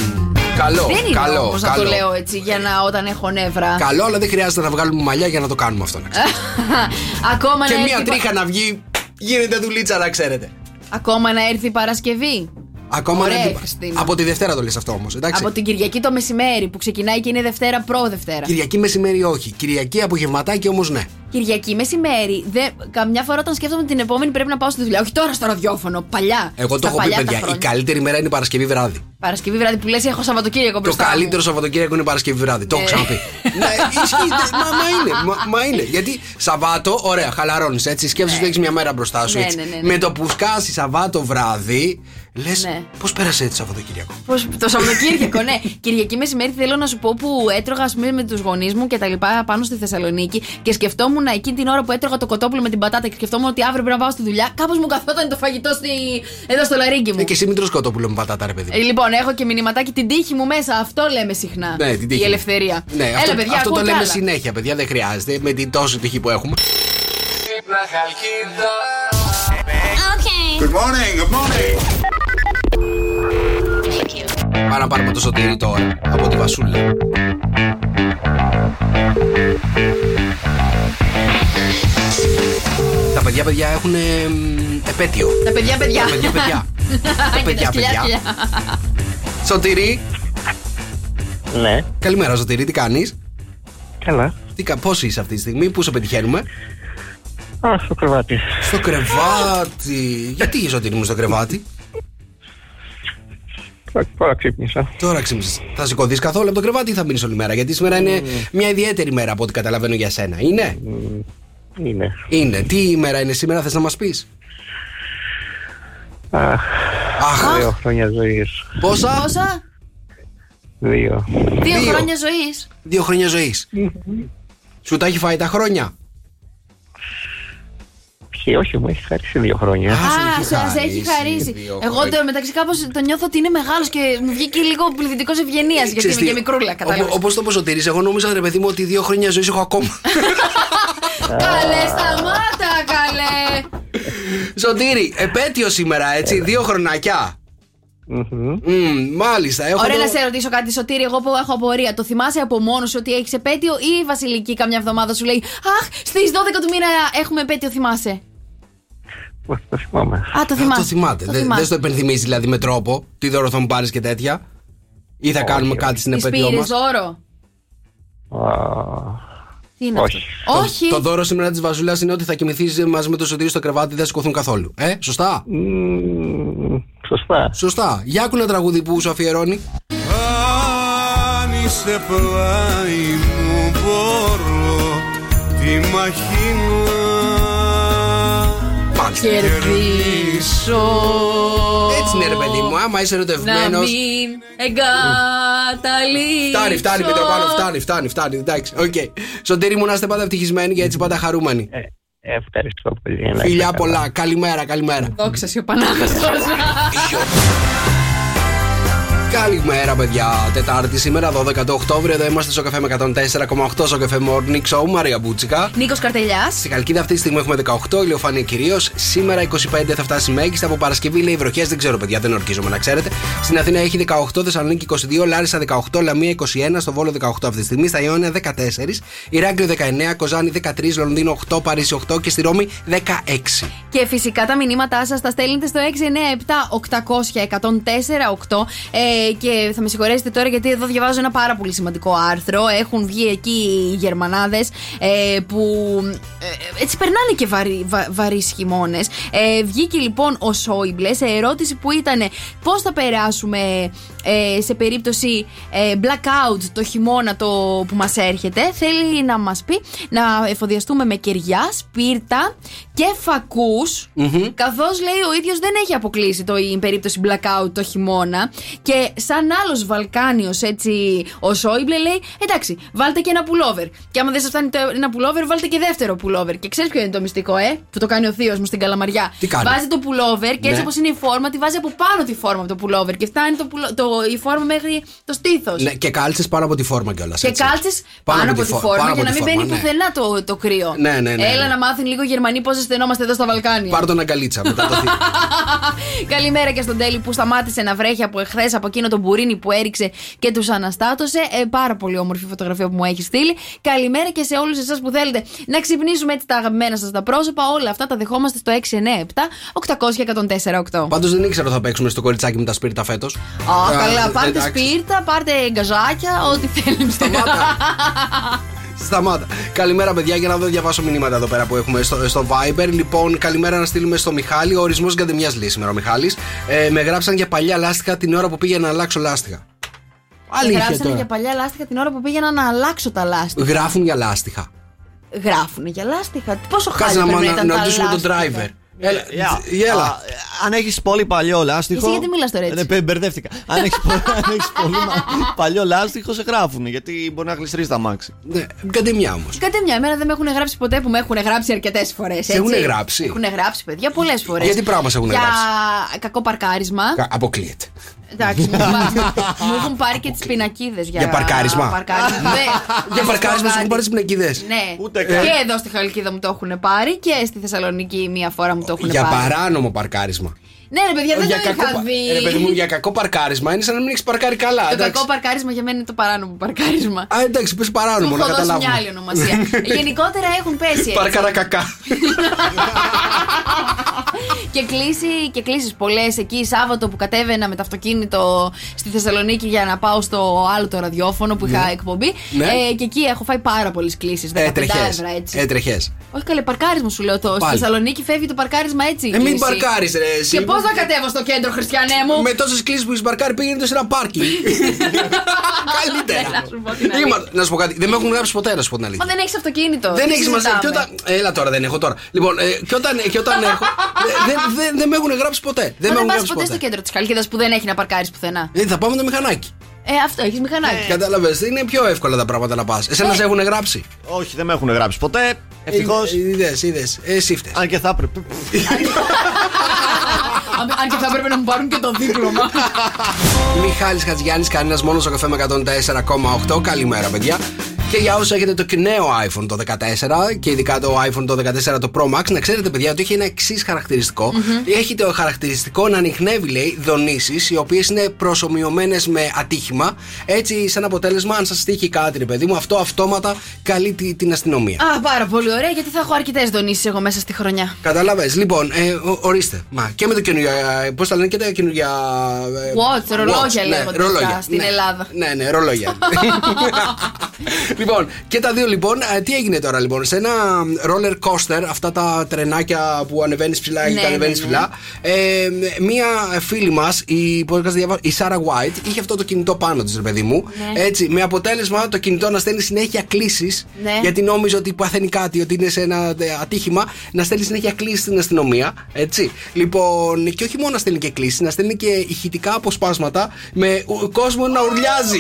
S4: καλό,
S5: δεν είναι
S4: καλό.
S5: όμως να
S4: καλό.
S5: το λέω έτσι για να όταν έχω νεύρα.
S4: Καλό, αλλά δεν χρειάζεται να βγάλουμε μαλλιά για να το κάνουμε αυτό. Να ξέρετε.
S5: Ακόμα
S4: και
S5: να
S4: μία
S5: έρθει...
S4: τρίχα να βγει, γίνεται δουλίτσα να ξέρετε.
S5: Ακόμα να έρθει η Παρασκευή.
S4: Ακόμα
S5: Ωραία,
S4: δεν-
S5: Χριστίνα.
S4: Από τη Δευτέρα το λες αυτό όμως, εντάξει.
S5: Από την Κυριακή το μεσημέρι που ξεκινάει και είναι Δευτέρα προ-Δευτέρα.
S4: Κυριακή μεσημέρι όχι. Κυριακή απογευματάκι όμως ναι.
S5: Κυριακή μεσημέρι. Δε, καμιά φορά όταν σκέφτομαι την επόμενη πρέπει να πάω στη δουλειά. Όχι τώρα στο ραδιόφωνο, παλιά.
S4: Εγώ
S5: Στα
S4: το έχω πει,
S5: παλιά τα
S4: παιδιά. Η
S5: χρόνια.
S4: καλύτερη μέρα είναι η Παρασκευή βράδυ.
S5: Παρασκευή βράδυ που λες: Έχω Σαββατοκύριακο
S4: Το
S5: μπροστά. μου.
S4: καλύτερο Σαββατοκύριακο είναι η Παρασκευή βράδυ. Το έχω
S5: Ναι.
S4: ξαναπεί. Ναι, ισχύει. Μα, μα είναι. Μα, μα είναι. Γιατί Σαββάτο, ωραία, χαλαρώνεις έτσι. Σκέφτεσαι ότι έχεις μια μέρα μπροστά σου.
S5: Ναι,
S4: έτσι.
S5: ναι, ναι, ναι.
S4: Με το που σκάσει Σαββάτο βράδυ, λες
S5: Ναι.
S4: πώς πέρασε έτσι το Σαββατοκύριακο.
S5: Πώς- το Σαββατοκύριακο, ναι. Κυριακή μεσημέρι θέλω να σου πω που έτρωγα ας πούμε, με τους γονείς μου και τα λοιπά πάνω στη Θεσσαλονίκη και σκεφτόμουν εκείνη την ώρα που έτρωγα το κοτόπουλο με την πατάτα και σκεφτόμουν ότι αύριο πρέπει να πάω στη δουλειά. Κάπως μου καθόταν το φαγητό στη... εδώ στο λαρίκι μου.
S4: Ε, και εσύ μην τρως κοτόπουλο με πατάτα, ρε παιδί.
S5: Ε, Λοιπόν, έχω και μηνυματάκι την τύχη μου μέσα. Αυτό λέμε συχνά.
S4: Ναι, την τύχη.
S5: Η ελευθερία.
S4: Ναι,
S5: Ε, Έλα,
S4: αυτό,
S5: παιδιά,
S4: αυτό το
S5: ακούω κι
S4: λέμε
S5: άλλα.
S4: συνέχεια, παιδιά. Δεν χρειάζεται με την τόση τυχή που έχουμε.
S9: Good morning, good morning.
S4: Πάμε να πάρουμε το σωτήρι τώρα από τη Βασούλα. Τα παιδιά, παιδιά έχουν εμ, επέτειο.
S5: Τα παιδιά, παιδιά.
S4: Τα παιδιά, παιδιά.
S5: Και τα
S4: παιδιά,
S5: σκυλιά,
S4: παιδιά.
S5: σκυλιά.
S4: Σωτήρι,
S2: Ναι.
S4: καλημέρα Σωτήρι, τι κάνεις
S2: Καλά.
S4: Τι, κα- πώς είσαι αυτή τη στιγμή, πού σε πετυχαίνουμε
S2: Α, στο κρεβάτι.
S4: Στο κρεβάτι Γιατί Σωτήρι μου στο κρεβάτι
S2: Τώρα ξύπνησα.
S4: Τώρα ξύπνησες Θα σηκωθείς καθόλου από το κρεβάτι ή θα μείνεις όλη μέρα Γιατί σήμερα είναι μια ιδιαίτερη μέρα από ό,τι καταλαβαίνω για σένα Είναι
S2: Είναι.
S4: Είναι. Τι ημέρα είναι σήμερα, θες να μας πεις.
S2: Αχ,
S4: Αχ,
S2: δύο χρόνια ζωής.
S4: πόσα.
S5: Πόσα?
S2: Δύο.
S5: Δύο
S4: Δύο.
S5: χρόνια ζωής.
S4: Δύο χρόνια ζωής. Σου τα έχει φάει τα χρόνια.
S2: Όχι, όχι, μου έχει χαρίσει δύο χρόνια.
S5: Α, σε έχει χαρίσει. Εγώ το μεταξύ κάπως το νιώθω ότι είναι μεγάλος και μου βγήκε λίγο πληθυντικός ευγενίας γιατί είμαι και μικρούλα. Κατάλαβα.
S4: Όπως το ποσοτήρι, εγώ νόμιζα ρε παιδί μου ότι δύο χρόνια ζωής έχω ακόμα.
S5: Καλέ, σταμάτα, καλέ.
S4: Σωτήρι, επέτειο σήμερα, έτσι, δύο χρονακιά. Μμμ, Μάλιστα, έχω.
S5: Ωραία,
S4: το-
S5: να σε ρωτήσω κάτι, Σωτήρη. Εγώ που έχω απορία, το θυμάσαι από μόνος σου ότι έχεις επέτειο ή η Βασιλική καμιά εβδομάδα σου λέει Αχ, στις 12 του μήνα έχουμε επέτειο, θυμάσαι.
S2: Το θυμάμαι.
S5: Α, το θυμάσαι.
S4: Το θυμάται.
S5: Το
S4: Δε-
S5: θυμάσαι.
S4: Δεν στο υπενθυμίζει δηλαδή με τρόπο τι δώρο θα μου πάρεις και τέτοια. Ή θα κάνουμε κάτι στην
S5: Της
S4: επέτειό
S5: πήρες
S4: μας.
S5: δώρο. Τι είναι αυτό? Όχι.
S4: Το, το δώρο σήμερα της Βαζούλα είναι ότι θα κοιμηθείς μαζί με το σωτήρι στο κρεβάτι, δεν θα σηκωθούν καθόλου. Ε, σωστά.
S10: Ναι.
S2: σωστά.
S4: Σωστά. Για άκου ένα τραγούδι που σου αφιερώνει.
S10: Αν είσαι πλάι μου μπορώ τη μαχή να
S5: κερδίσω.
S4: Έτσι είναι ρε παιδί μου, άμα είσαι
S5: Να
S4: ερωτευμένο.
S5: μην εγκαταλείψω.
S4: Φτάνει, φτάνει, Μητροπάνο, φτάνει, φτάνει, φτάνει. Εντάξει, οκ. Σωτήρι μου να είστε πάντα ευτυχισμένοι και έτσι πάντα χαρούμενοι.
S2: Ευχαριστώ πολύ.
S4: Φιλιά πολλά. Καλημέρα, καλημέρα.
S5: Δόξα σε ο Πανάγαστος.
S4: Καλημέρα, παιδιά. Τετάρτη σήμερα, 12 του Οκτώβριο. Εδώ είμαστε στο καφέ με 104,8 στο καφέ Morning Show. Μαρία Μπούτσικα.
S5: Νίκος Καρτελιάς.
S4: Στη Καλκίδα αυτή τη στιγμή έχουμε 18, ηλιοφάνεια κυρίως. Σήμερα 25 θα φτάσει μέγιστα. Από Παρασκευή λέει βροχές, δεν ξέρω παιδιά, δεν ορκίζομαι να ξέρετε. Στην Αθήνα έχει 18, Θεσσαλονίκη 22, Λάρισα 18, Λαμία 21, στο Βόλο 18 αυτή τη στιγμή, στα Ιόνια 14, Ηράκλειο 19, Κοζάνη 13, Λονδίνο 8, Παρίσι 8 και στη Ρώμη 16.
S5: Και φυσικά τα μηνύματά σας τα στέλνετε στο 697-800-1048. Ε, και θα με συγχωρέσετε τώρα γιατί εδώ διαβάζω ένα πάρα πολύ σημαντικό άρθρο. Έχουν βγει εκεί οι Γερμανάδες ε, που ε, έτσι περνάνε και βαρύ, βα, βαρύς χειμώνες. Ε, βγήκε λοιπόν ο Σόιμπλε σε ερώτηση που ήταν πώς θα περάσουμε ε, σε περίπτωση ε, blackout το χειμώνα το που μας έρχεται. Θέλει να μας πει να εφοδιαστούμε με κεριά, σπίρτα και φακούς
S4: Μμμ.
S5: Καθώς λέει ο ίδιος δεν έχει αποκλείσει το, η περίπτωση blackout το χειμώνα Και σαν άλλος Βαλκάνιος έτσι ο Σόιμπλε λέει Εντάξει βάλτε και ένα pullover Και άμα δεν σας φτάνει το ένα pullover βάλτε και δεύτερο pullover Και ξέρεις ποιο είναι το μυστικό ε Που το κάνει ο θείος μου στην Καλαμαριά
S4: Τι κάνει?
S5: Βάζει το pullover και
S4: Ναι.
S5: έτσι όπως είναι η φόρμα τη βάζει από πάνω τη φόρμα από το pullover Και φτάνει το, πουλο- το, η φόρμα μέχρι το στήθος
S4: Ναι, και κάλτσες πάνω από τη φόρμα κιόλας.
S5: και κάλτσες πάνω, από τη φόρμα ναι. για να μην μπαίνει πουθενά το, το κρύο.
S4: Ναι, ναι, ναι, ναι.
S5: Έλα να μάθουν λίγο οι Γερμανοί πώς αισθανόμαστε εδώ στα Βαλκάνια.
S4: Πάρ τον αγκαλίτσα μετά το θύμα.
S5: Καλημέρα και στον Τέλη που σταμάτησε να βρέχει από εχθές από εκείνο τον μπουρίνι που έριξε και τους αναστάτωσε. Ε, πάρα πολύ όμορφη φωτογραφία που μου έχει στείλει. Καλημέρα και σε όλους εσάς που θέλετε να ξυπνήσουμε έτσι τα αγαπημένα σας τα πρόσωπα. Όλα αυτά τα δεχόμαστε στο 697 800 1048.
S4: Πάντως δεν ήξερα ότι θα παίξουμε στο κοριτσάκι με τα σπίρτα Ε, φέτος.
S5: Α, καλά, πάρτε σπίρτα, πάρτε γκαζάκια, ό,τι θέλετε.
S4: Σταμάτα. Καλημέρα, παιδιά, για να δω διαβάσω μηνύματα εδώ πέρα που έχουμε στο, στο Viber. Λοιπόν, καλημέρα να στείλουμε στο Μιχάλη. Ο ορισμός γκαντεμιάς λέει σήμερα ο Μιχάλης. Ε, με γράψαν για παλιά λάστιχα την ώρα που πήγα να αλλάξω λάστιχα.
S5: Με
S4: Αλήθεια
S5: Ε, γράψανε
S4: τώρα.
S5: για παλιά λάστιχα την ώρα που πήγαινα να αλλάξω τα λάστιχα.
S4: Γράφουν για λάστιχα.
S5: Γράφουν για λάστιχα. Τι- Πόσο
S4: Κάτσε
S5: χάρη
S4: να
S5: πρέπει να
S4: μα-
S5: ήταν
S4: να
S5: τα
S4: ρωτήσουμε τον
S5: λάστιχα.
S4: driver. Έλα,
S12: Yeah.
S4: τζ- γέλα.
S12: Ε, Α, αν έχεις πολύ παλιό λάστιχο.
S5: Εσύ γιατί μιλάς τώρα έτσι?
S12: Ε, πε- μπερδεύτηκα. Αν έχεις πολύ μα- παλιό λάστιχο, σε γράφουν. Γιατί μπορεί να γλιστρείς τα μάξι.
S4: Ναι, γκαντεμιά όμως.
S5: Κάντε μια μέρα δεν με έχουν γράψει ποτέ που με έχουν γράψει αρκετές φορές.
S4: Σε έχουν γράψει?
S5: Έχουν γράψει, παιδιά, πολλές φορέ.
S4: Γιατί πράγμα σε έχουν
S5: Για
S4: γράψει?
S5: κακό παρκάρισμα.
S4: Κα- Αποκλείεται.
S5: Εντάξει, μου έχουν- μου έχουν πάρει και τις πινακίδες για...
S4: Για παρκάρισμα. Ναι.
S5: παρκάρισμα. Δεν-
S4: Για παρκάρισμα σου έχουν πάρει Ε. τι πνεκίδε.
S5: Ναι,
S12: Ούτε καν.
S5: και εδώ στη Χαλκίδα μου το έχουν πάρει και στη Θεσσαλονίκη μία φορά μου το έχουν
S4: Για
S5: πάρει.
S4: παράνομο παρκάρισμα.
S5: Ναι, ρε παιδιά, δεν το είχα
S4: κακό, πα-
S5: δει.
S4: Ρε παιδί μου, για κακό παρκάρισμα είναι σαν να μην έχεις παρκάρει καλά.
S5: Το
S4: εντάξει.
S5: κακό παρκάρισμα για μένα είναι το παράνομο παρκάρισμα.
S4: Α, εντάξει, πες παράνομο,
S5: Του
S4: να
S5: έχω δώσει μια άλλη
S4: καταλάβουμε.
S5: ονομασία. Γενικότερα έχουν πέσει. έτσι.
S4: Παρκάρα κακά.
S5: και κλείσει και κλήσεις πολλές εκεί Σάββατο που κατέβαινα με το αυτοκίνητο στη Θεσσαλονίκη για να πάω στο άλλο το ραδιόφωνο που είχα
S4: Ναι.
S5: εκπομπή
S4: Ναι. Ε,
S5: ε, και εκεί έχω φάει πάρα πολλές κλήσεις 15
S4: Έτρεχες,
S5: ευρώ έτσι
S4: Έτρεχες.
S5: όχι καλέ, παρκάρισμα σου λέω το. Στη
S4: Πάλι.
S5: Θεσσαλονίκη φεύγει το παρκάρισμα έτσι. η
S4: Ε, μην
S5: κλίση.
S4: παρκάρεις, ρε, εσύ.
S5: Και πώς να κατέβω στο κέντρο, Χριστιανέ μου.
S4: Με τόσες κλήσεις που έχεις παρκάρει πήγαινε σε ένα πάρκινγκ. Καλύτερα.
S5: Να σου πω την αλήθεια.
S4: Είμαστε- Να σου πω κάτι. Δεν με έχουν γράψει ποτέ, να σου πω την
S5: Μα
S4: αλήθεια.
S5: δεν έχεις αυτοκίνητο.
S4: Δεν
S5: Τι
S4: έχεις μαζί.
S5: συζητάμε.
S4: Και όταν... Έλα τώρα, δεν έχω τώρα. Λοιπόν, ε, και όταν, και όταν έχω. δε- δε- δε- Δεν με έχουν γράψει ποτέ.
S5: Μα
S4: Δεν με
S5: δεν
S4: έχουν
S5: πας
S4: γράψει
S5: ποτέ στο
S4: ποτέ.
S5: κέντρο της Καλκίδα που δεν έχει να παρκάρεις πουθενά.
S4: Ε, Θα πάμε με το μηχανάκι.
S5: Ε, Ε. αυτό, έχει μηχανάκι.
S4: Κατάλαβες, είναι πιο εύκολα τα πράγματα να πας. Εσένα σε έχουν γράψει. Ε,
S12: Όχι, δεν με έχουν γράψει ποτέ. Ευτυχώς.
S4: Είδες, είδες. Εσύ φταίει.
S12: Αν και θα έπρεπε.
S5: Αν- Αν και θα πρέπει να μου πάρουν και το δίπλωμα.
S4: Μιχάλης Χατζιάννης, κανένας μόνος στο καφέ με 104,8. Καλημέρα, παιδιά. Και για όσους έχετε το νέο iPhone το 14 και ειδικά το iPhone το 14 το Pro Max, να ξέρετε, παιδιά, ότι έχει ένα εξής χαρακτηριστικό.
S15: Μμμ.
S4: Έχει το χαρακτηριστικό να ανοιχνεύει, λέει, δονήσεις, οι οποίες είναι προσωμιωμένες με ατύχημα. Έτσι, σαν αποτέλεσμα, αν σας τύχει κάτι, ρε παιδί μου, αυτό αυτόματα καλεί τη- την αστυνομία.
S5: Α, πάρα πολύ ωραία, γιατί θα έχω αρκετές δονήσεις εγώ μέσα στη χρονιά.
S4: Κατάλαβε. Λοιπόν, ε, ο- ορίστε. Μα και με το καινούργια. Πώς τα λένε και τα καινούργια. ε,
S5: Watch, ρολόγια
S4: ναι,
S5: λέγονται
S4: ρολόγια,
S5: αυτά στην
S4: ναι.
S5: Ελλάδα.
S4: Ναι, ναι, ρολόγια. λοιπόν, και τα δύο λοιπόν. ε, Τι έγινε τώρα λοιπόν. Σε ένα roller coaster, αυτά τα τρενάκια που ανεβαίνεις ψηλά
S15: Ναι,
S4: και τα ανεβαίνει
S15: ναι, ναι.
S4: ψηλά. Ε, μία φίλη μας, η, πώς να διαβάσω, η Σάρα White, είχε αυτό το κινητό πάνω της, ρε παιδί μου.
S15: Ναι.
S4: Έτσι, με αποτέλεσμα το κινητό να στέλνει συνέχεια κλήσεις.
S15: Ναι.
S4: Γιατί νόμιζε ότι παθαίνει κάτι, ότι είναι σε ένα ε, ατύχημα, να στέλνει συνέχεια κλήσεις στην αστυνομία. Έτσι. Λοιπόν, και όχι μόνο να στέλνει και κλήσεις, να στέλνει και ηχητικά αποσπάσματα με ο- κόσμο να ουρλιάζει.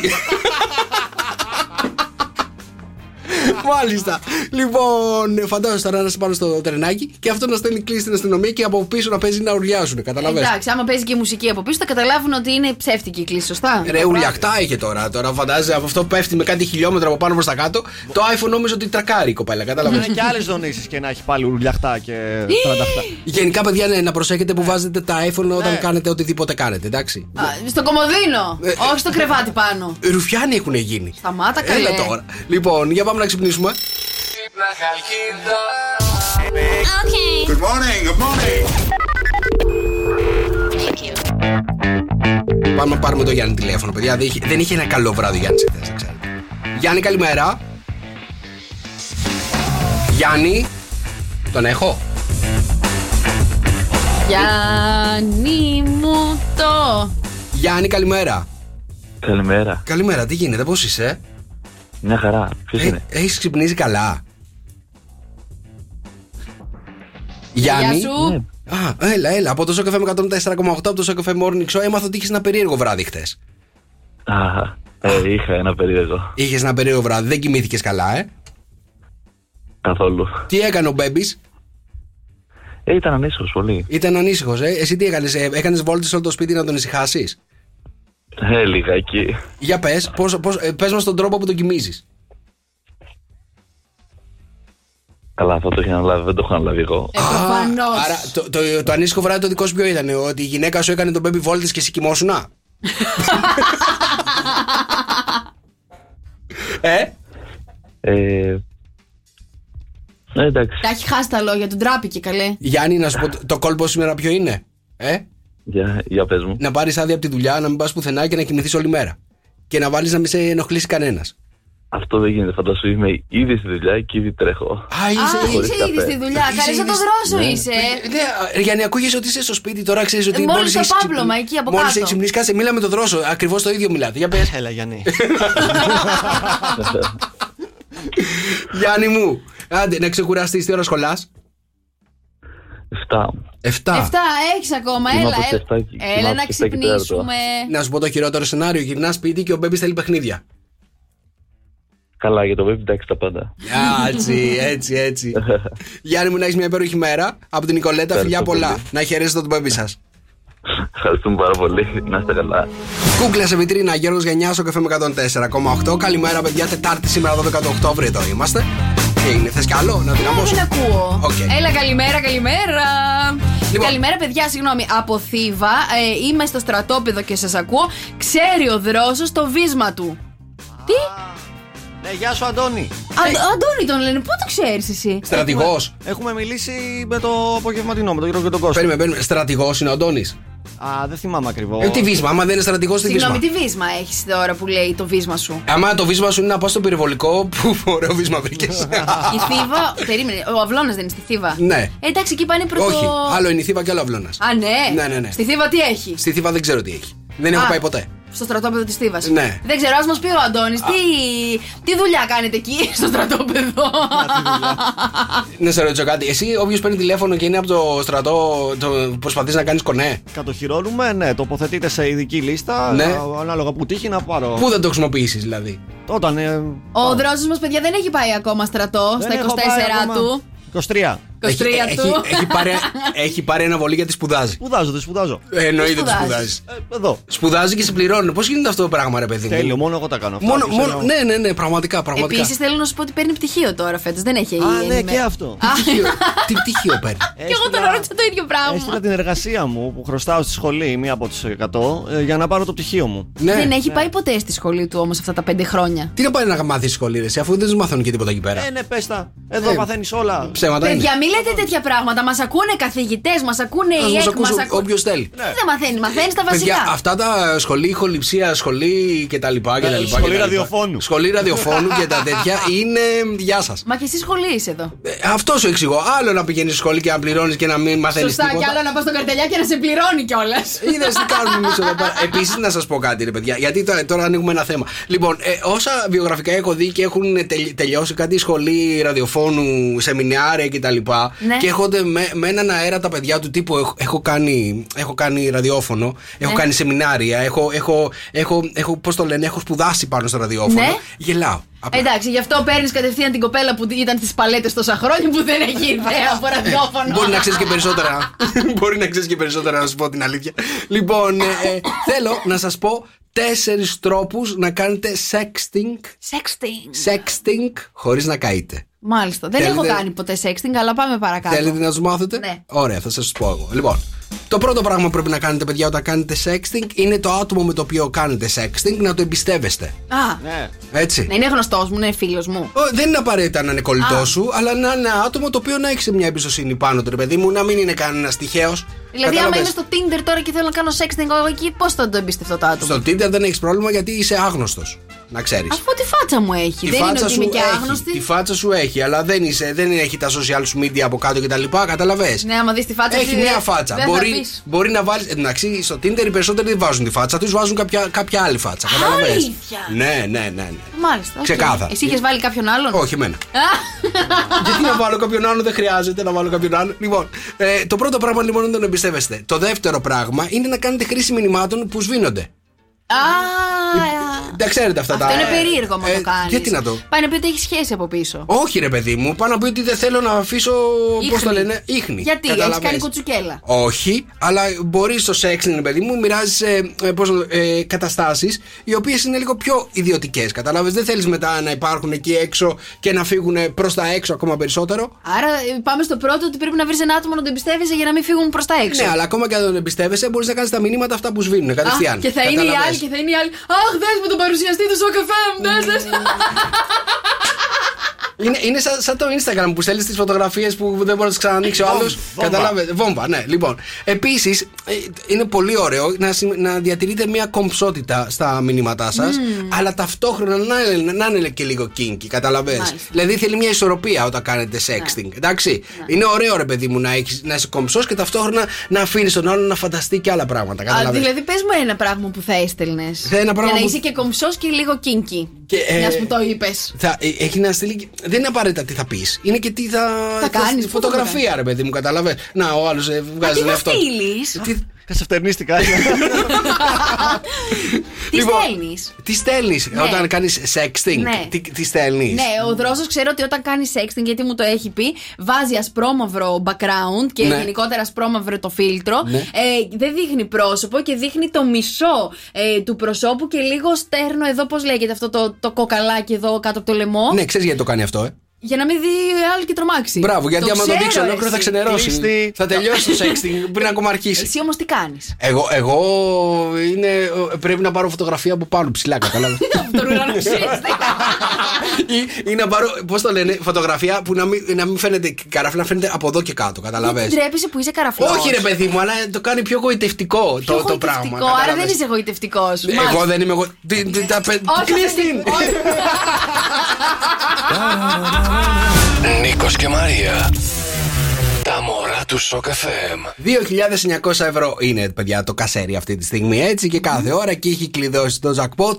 S4: Μάλιστα. Λοιπόν, φαντάζομαι τώρα να είσαι πάνω στο τρενάκι και αυτό να στέλνει κλείσει στην αστυνομία και από πίσω να παίζει να ουρλιάζουν. Καταλαβαίνετε.
S5: Εντάξει, άμα παίζει και η μουσική από πίσω, θα καταλάβουν ότι είναι ψεύτικη η κλίση, σωστά.
S4: Ε, Ρε, ουλιακτά είχε τώρα. Τώρα φαντάζεσαι από αυτό που πέφτει με κάτι χιλιόμετρα από πάνω προς τα κάτω. Το iPhone νόμιζε ότι τρακάρει η κοπέλα. Κατάλαβε.
S5: Ναι.
S12: Είναι και άλλες δονήσεις και να έχει πάλι ουρλιαχτά και 38.
S4: Γενικά, παιδιά, ναι, να προσέχετε που βάζετε τα iPhone όταν
S5: Ναι.
S4: κάνετε οτιδήποτε κάνετε, εντάξει.
S5: Α, στο κομμωδίνο,
S4: Ε,
S5: όχι στο κρεβάτι πάνω.
S4: Ρουφιάνοι έχουν γίνει.
S5: Σταμάτα καλέ.
S4: Έλα τώρα. Λοιπόν, για πάμε να ξυπνήσουμε.
S9: Good morning, good morning.
S4: Πάμε να πάρουμε το Γιάννη τηλέφωνο, παιδιά. Δεν είχε, δεν είχε ένα καλό βράδυ ο Γιάννη χθε, δεν ξέρω. Γιάννη, καλημέρα. Γιάννη, τον έχω.
S5: Γιάννη μου το.
S4: Γιάννη, καλημέρα.
S6: Καλημέρα.
S4: Καλημέρα, τι γίνεται, πώς είσαι.
S6: Μια χαρά. Ποιος είναι.
S4: Έχεις Ε, ξυπνήσει καλά. Γιάννη.
S5: Γεια σου.
S4: Α, έλα, έλα. Από το Σοκαφέ με 104,8 από το Σοκαφέ Morning Show έμαθα ότι είχες ένα περίεργο βράδυ χθες.
S6: Α, ε, είχα ένα περίεργο.
S4: Είχες ένα περίεργο βράδυ, δεν κοιμήθηκες καλά, ε.
S6: Καθόλου.
S4: Τι έκανε ο Μπέμπης.
S6: Ε, ήταν ανήσυχος πολύ.
S4: Ήταν ανήσυχος, ε. Εσύ τι έκανες, ε, έκανες βόλτες όλο το σπίτι να τον ησυχάσεις.
S6: Ε, λίγα εκεί.
S4: Για πες, πώς, πώς, ε, πες μας τον τρόπο που τον κοιμίζεις.
S6: Καλά, αυτό το είχε αναλάβει, δεν το έχω αναλάβει εγώ.
S5: Ε,
S4: Άρα το, το, το ανήσυχο βράδυ το δικό σου ποιο ήταν, ότι η γυναίκα σου έκανε τον baby βόλτε και εσύ κοιμόσουνα. ε,
S6: Ε, ε, εντάξει.
S5: Τα έχει χάσει τα λόγια του, ντράπηκε καλέ.
S4: Γιάννη, να σου πω το- το κόλπο σήμερα ποιο είναι. Ε,
S6: Για, για πες μου.
S4: να πάρεις άδεια από τη δουλειά, να μην πας πουθενά και να κοιμηθείς όλη μέρα. Και να βάλεις να μην σε ενοχλήσει κανένας.
S6: Αυτό δεν γίνεται. Φαντάσου είμαι ήδη στη δουλειά και ήδη τρέχω.
S4: Α, είσαι,
S5: Α,
S6: Χωρίς
S5: είσαι ήδη
S6: καφέ.
S5: στη δουλειά.
S4: Είσαι
S5: Καλέ, θα
S4: ήδη
S5: το
S4: στη-
S5: δρόσο
S4: ναι.
S5: είσαι.
S4: Ναι, για να ακούγεις ότι είσαι στο σπίτι τώρα, ξέρεις ότι.
S5: Ε, μόλις το
S4: έχεις ξυπνήσει-
S5: πάπλωμα εκεί από
S4: μόλις
S5: κάτω.
S4: έχεις ξυπνήσει, κάτσε, μίλα με τον δρόσο. Ακριβώς το ίδιο μιλάτε. Για
S12: Ε,
S4: πες. Έλα, Γιάννη. Γιάννη μου, άντε να ξεκουραστείς, τι ώρα σχολάς.
S6: 7.
S4: 7.
S5: Εφτά, έχεις ακόμα,
S4: Κοιμάται
S5: έλα.
S4: το
S5: έλα.
S4: σεφτάκι,
S5: Έλα
S4: κοιμάται
S5: να
S4: το σεφτάκι τέταρτο.
S5: ξυπνήσουμε.
S4: Να σου πω το χειρότερο σενάριο. Γυρνάς σπίτι και ο Μπέμπι θέλει παιχνίδια.
S6: Καλά, για το web εντάξει τα πάντα.
S4: Α, Έτσι, έτσι, έτσι. Γιάννη μου, να έχεις μια υπέροχη μέρα. Από την Νικολέτα, φιλιά
S6: Ευχαριστώ
S4: πολλά.
S6: πολύ.
S4: Να χαιρέσετε τον Μπέμπι σας.
S6: Ευχαριστούμε πάρα πολύ. Να είστε καλά.
S4: Κούκλα σε βιτρίνα, Γιώργος Γενιάς, στο καφέ με 104,8. Καλημέρα, παιδιά. Τετάρτη σήμερα, 12 Οκτώβρη εδώ είμαστε. Και είναι, θες κι άλλο να
S5: Ε, Δεν
S4: δυναμώσω.
S5: ακούω.
S4: Οκ. Λοιπόν.
S5: Έλα, καλημέρα, καλημέρα. Καλημέρα, παιδιά. Συγγνώμη, από Θήβα. ε, είμαι στο στρατόπεδο και σας ακούω. Ξέρει ο δρόσος το βίσμα του.
S4: Ε.
S5: Τι?
S12: Ναι, γεια σου, Αντώνη.
S5: Α, Αντώνη τον λένε, πού το ξέρεις εσύ.
S4: Στρατηγός.
S12: Έχουμε μιλήσει με το απογευματινό, με τον Γιώργο και τον Κώστα.
S4: Παίρνουμε, παίρνουμε. Στρατηγός είναι ο Αντώνης.
S12: Α, δεν θυμάμαι ακριβώς.
S4: Ε, τι βίσμα, άμα δεν είναι στρατηγός, τι
S5: Συγγνώμη,
S4: βίσμα.
S5: τι βίσμα έχεις τώρα που λέει το βίσμα σου.
S4: Άμα το βίσμα σου είναι να πας στο πυροβολικό, που ωραίο βίσμα βρήκες.
S5: Η Θήβα. Περίμενε, ο Αυλώνας δεν είναι στη Θήβα.
S4: Ναι.
S5: Ε, εντάξει, εκεί πάνε προ
S4: Όχι,
S5: το.
S4: άλλο είναι η Θήβα και άλλο αυλώνας.
S5: Α, ναι.
S4: Ναι, ναι, ναι.
S5: Στη Θήβα τι έχει.
S4: Στη Θήβα δεν ξέρω τι έχει. Δεν
S5: Α.
S4: έχω πάει ποτέ.
S5: στο στρατόπεδο της Θήβα.
S4: Ναι.
S5: Δεν ξέρω, ας μας πει ο Αντώνης, τι, τι δουλειά κάνετε εκεί στο στρατόπεδο.
S4: Να σε ρωτήσω κάτι. Εσύ, όποιος παίρνει τηλέφωνο και είναι από το στρατό, το προσπαθείς να κάνεις κονέ.
S12: Κατοχυρώνουμε, ναι, τοποθετείτε σε ειδική λίστα.
S4: Ναι.
S12: α, Ανάλογα που τύχει να πάρω.
S4: Πού δεν το χρησιμοποιήσεις, δηλαδή.
S12: Όταν. ε,
S5: Ο δρόσος μας, παιδιά, δεν έχει πάει ακόμα στρατό
S12: Δεν έχω
S5: στα 24
S12: πάει ακόμα.
S5: του.
S12: 23.
S5: 23
S4: Έχει, έχει,
S5: του.
S4: έχει, πάρει, έχει πάρει αναβολή γιατί σπουδάζει.
S12: Σπουδάζω, δεν σπουδάζω.
S4: Ε, εννοείται ότι
S5: Τι
S4: σπουδάζει.
S5: σπουδάζεις?
S12: Εδώ.
S4: Σπουδάζει και σε πληρώνει. Πώς γίνεται αυτό το πράγμα, ρε παιδί μου.
S12: Τέλειο, μόνο εγώ τα κάνω αυτά.
S4: Μόνο,
S12: Ποιος
S4: μόνο,
S12: εννοώ.
S4: ναι, ναι, ναι, πραγματικά. πραγματικά.
S5: Επίσης, θέλω να σου πω ότι παίρνει πτυχίο τώρα φέτος. Δεν έχει
S12: Α, ναι,
S5: ενημέρωση.
S12: και αυτό.
S5: Α,
S4: Τι πτυχίο παίρνει.
S5: και εγώ τον ρώτησα το ίδιο
S12: Έστειλα
S5: πράγμα.
S12: την εργασία μου που χρωστάω στη σχολή, μία από τις 100, ε, για να πάρω το πτυχίο μου.
S5: Δεν
S12: ναι.
S5: έχει πάει ποτέ στη σχολή του όμως αυτά τα πέντε χρόνια.
S4: Ναι. Τι να πάει να μάθει σχολή, ρε, εσύ, αφού δεν τους μαθαίνουν και τίποτα εκεί πέρα.
S12: Ε, ναι, πες τα. Εδώ
S4: Ε,
S12: παθαίνει όλα.
S4: Ψέματα είναι.
S5: Παιδιά, μην λέτε τέτοια πράγματα. Μας ακούνε καθηγητές, μας ακούνε
S4: Ας
S5: οι
S4: μας
S5: εκ,
S4: ακούσει
S5: μα ακούνε.
S4: όποιος θέλει.
S12: Ναι.
S5: Δεν μαθαίνει, μαθαίνεις τα
S4: Παιδιά,
S5: βασικά.
S4: αυτά τα σχολή ηχοληψία, σχολή κτλ.
S12: Ε, σχολή ραδιοφώνου.
S4: Σχολή ραδιοφώνου και τα τέτοια είναι. Γεια σας.
S5: Μα και εσύ σχολή είσαι εδώ.
S4: Αυτό σου εξηγώ. Άλλο να πηγαίνεις στη σχολή και να πληρώνεις και να μην μαθαίνεις
S5: Σωστά,
S4: τίποτα.
S5: και άλλο να πας στον καρτελιά και να σε πληρώνει κιόλας.
S4: Είδες τι κάνουμε εμείς εδώ πέρα. Επίσης, να σας πω κάτι, ρε παιδιά, γιατί τώρα, τώρα ανοίγουμε ένα θέμα. Λοιπόν, ε, όσα βιογραφικά έχω δει και έχουν τελει- τελειώσει κάτι σχολή ραδιοφώνου, σεμινάρια κτλ.
S5: Ναι.
S4: Και έχονται με, με έναν αέρα τα παιδιά του τύπου έχω, έχω κάνει, έχω κάνει ραδιόφωνο, έχω
S5: Ναι.
S4: κάνει σεμινάρια, έχω, έχω, έχω, έχω, πώς το λένε, έχω σπουδάσει πάνω στο ραδιόφωνο.
S5: Ναι.
S4: Γελάω. Απλά.
S5: Εντάξει, γι' αυτό παίρνεις κατευθείαν την κοπέλα που ήταν στις παλέτες τόσα χρόνια που δεν έχει ιδέα από ραδιόφωνο.
S4: Μπορεί να ξέρεις και περισσότερα. Μπορεί να ξέρεις και περισσότερα, να σου πω την αλήθεια. Λοιπόν, ε, ε, θέλω να σας πω τέσσερις τρόπους να κάνετε sexting.
S5: Sexting.
S4: Sexting χωρίς να καείτε.
S5: Μάλιστα. Δεν
S4: Θέλετε-
S5: έχω κάνει ποτέ sexting, αλλά πάμε παρακάτω.
S4: Θέλετε να τους μάθετε.
S5: Ναι.
S4: Ωραία, θα σας του πω εγώ. Λοιπόν, το πρώτο πράγμα που πρέπει να κάνετε, παιδιά, όταν κάνετε sexting είναι το άτομο με το οποίο κάνετε sexting να το εμπιστεύεστε.
S5: Α,
S12: Ναι.
S4: Έτσι.
S5: να είναι γνωστός μου, να είναι φίλος μου.
S4: Ω, Δεν είναι απαραίτητα να είναι κολλητός
S5: Α.
S4: σου, αλλά να είναι ένα άτομο το οποίο να έχει μια εμπιστοσύνη πάνω του, ρε παιδί μου, να μην είναι κανένας τυχαίος.
S5: Δηλαδή, άμα είμαι στο Tinder τώρα και θέλω να κάνω sexting εγώ εκεί, πώς θα το εμπιστευτώ το άτομο.
S4: Στο Tinder δεν έχεις πρόβλημα γιατί είσαι άγνωστος. Να ξέρεις.
S5: Αφού τη φάτσα μου έχει. δεν είναι ότι είμαι και άγνωστη.
S4: έχει. Τη φάτσα σου έχει, αλλά δεν, είσαι, δεν έχει τα social σου media από κάτω κτλ. Καταλαβέ.
S5: Ναι, άμα δεις τη φάτσα
S4: Έχει
S5: σου,
S4: μια
S5: δεν-
S4: φάτσα.
S5: δεν θα
S4: Μπορεί,
S5: πεις.
S4: μπορεί να βάλεις. Εντάξει, στο Tinder οι περισσότεροι δεν βάζουν τη φάτσα τους, βάζουν κάποια, κάποια άλλη φάτσα. Καταλαβέ.
S5: αλήθεια.
S4: Ναι, ναι, ναι. ναι.
S5: Μάλιστα. οκ.
S4: Ξεκάθαρα.
S5: Εσύ είχες βάλει κάποιον άλλον.
S4: Όχι, Ε, εμένα.
S5: Α,
S4: Γιατί να βάλω κάποιον άλλον, δεν χρειάζεται να βάλω κάποιον άλλον. Λοιπόν, ε, το πρώτο πράγμα λοιπόν είναι να τον εμπιστεύεστε. Το δεύτερο πράγμα είναι να κάνετε χρήση μηνυμάτων που σβήνονται.
S5: α,
S4: Τα ξέρετε αυτά τα.
S5: Αυτό είναι περίεργο άμα
S4: Ε,
S5: το κάνεις.
S4: Γιατί να το.
S5: Πάει να πει ότι έχει σχέση από πίσω.
S4: Όχι ρε παιδί μου, πάνω να πει ότι δεν θέλω να αφήσω, πώς το
S5: Ίχνη.
S4: λένε, ίχνη.
S5: Γιατί έχεις
S4: Καταλαβες.
S5: κάνει κουτσουκέλα.
S4: Όχι, αλλά μπορείς στο σεξ, ναι, παιδί μου, μοιράζεις ε, πώς να το- ε, καταστάσεις οι οποίες είναι λίγο πιο ιδιωτικές. Κατάλαβε, δεν θέλεις μετά να υπάρχουν εκεί έξω και να φύγουν προς τα έξω ακόμα περισσότερο.
S5: Άρα ε, πάμε στο πρώτο ότι πρέπει να βρεις ένα άτομο να το εμπιστεύεσαι για να μην φύγουν προς τα έξω.
S4: Ναι, αλλά ακόμα και αν τον εμπιστεύεσαι, μπορείς να κάνεις τα μηνύματα αυτά που σβήνουν
S5: Α,
S4: κατευθείαν.
S5: και θα είναι οι άλλοι και θα είναι οι άλλοι. Αχ, δες με τον παρουσιαστή του στο καφέ μου, δες, δες».
S4: Είναι, είναι σαν, σαν το Instagram που στέλνεις τις φωτογραφίες που δεν μπορείς να τις ξανανοίξει ο άλλος.
S12: βόμβα.
S4: Κατάλαβε. Βόμβα, ναι. Λοιπόν, επίσης είναι πολύ ωραίο να, συμ- να διατηρείτε μια κομψότητα στα μηνύματά σας,
S5: Mm.
S4: αλλά ταυτόχρονα να, είναι- να είναι και λίγο kinky. Κατάλαβε.
S5: Μάλιστα. Ναι.
S4: Δηλαδή θέλει μια ισορροπία όταν κάνετε sexting. Εντάξει. Είναι ωραίο, ρε παιδί μου, να, έχεις, να είσαι κομψός και ταυτόχρονα να αφήνεις τον άλλον να φανταστεί και άλλα πράγματα.
S5: Α,
S4: Κατάλαβε.
S5: Δηλαδή, πες μου ένα πράγμα που θα έστελνες.
S4: Ένα
S5: Για
S4: πράγμα
S5: να
S4: που-
S5: είσαι και κομψός και λίγο κίνκι.
S4: Και, ε,
S5: Μιας που το είπες.
S4: Θα, ε, έχει να στείλει. και- Δεν είναι απαραίτητα τι θα πεις. Είναι και τι θα.
S5: Θα κάνεις, πού το
S4: Φωτογραφία, ρε παιδί μου, καταλαβαίνω. Να, ο άλλος βγάζει
S5: Τι
S4: τον
S5: θα
S4: εαυτό. του.
S5: στείλει.
S4: Τι,
S12: Κασευτερνίστηκα.
S4: Ναι.
S5: Τι
S4: Λοιπόν,
S5: στέλνεις.
S4: τι στέλνεις
S5: Ναι.
S4: όταν κάνεις sexting.
S5: Ναι.
S4: Τι, τι στέλνεις.
S5: Ναι, ο Δρόσος ξέρω ότι όταν κάνει sexting, γιατί μου το έχει πει, βάζει ασπρόμαυρο background και
S4: Ναι.
S5: γενικότερα ασπρόμαυρο το φίλτρο.
S4: Ναι.
S5: Ε, δεν δείχνει πρόσωπο και δείχνει το μισό ε, του προσώπου και λίγο στέρνο εδώ, πώς λέγεται αυτό το, το κοκαλάκι εδώ κάτω από το λαιμό.
S4: Ναι, ξέρεις γιατί το κάνει αυτό, ε.
S5: Για να μην δει άλλο και τρομάξει.
S4: Μπράβο, γιατί
S5: Το
S4: άμα το
S5: ξέρω,
S4: δείξει ολόκληρο θα
S5: εσύ.
S4: ξενερώσει.
S12: Κλείστη.
S4: Θα τελειώσει το sexting πριν ακόμα αρχίσει.
S5: Εσύ όμως τι κάνεις.
S4: Εγώ, εγώ είναι, πρέπει να πάρω φωτογραφία από πάνω ψηλά, κατάλαβα.
S5: Τον ουρανό ξέρεις, δεν-
S4: ή, ή να πάρω, πώς το λένε, φωτογραφία που να μην, να μην φαίνεται καράφλα, να φαίνεται από εδώ και κάτω,
S5: Δεν
S4: καταλαβες.
S5: τρέπεσαι που είσαι καραφλός.
S4: Όχι ρε παιδί μου, αλλά το κάνει πιο γοητευτικό το, το πράγμα.
S5: Άρα δεν
S4: κατάλαβες.
S5: είσαι εγωιτευτικό.
S4: Εγώ δεν είμαι εγώ. Τι- τι- τα πε-
S5: Όχι,
S4: κλείς την.
S5: παιδί, όχι.
S1: Νίκος και Μαρία. Τα Τα μωρά του Σοκ FM.
S4: 2.900 ευρώ είναι, παιδιά, το κασέρι αυτή τη στιγμή. Έτσι και κάθε ώρα και έχει κλειδώσει το jackpot.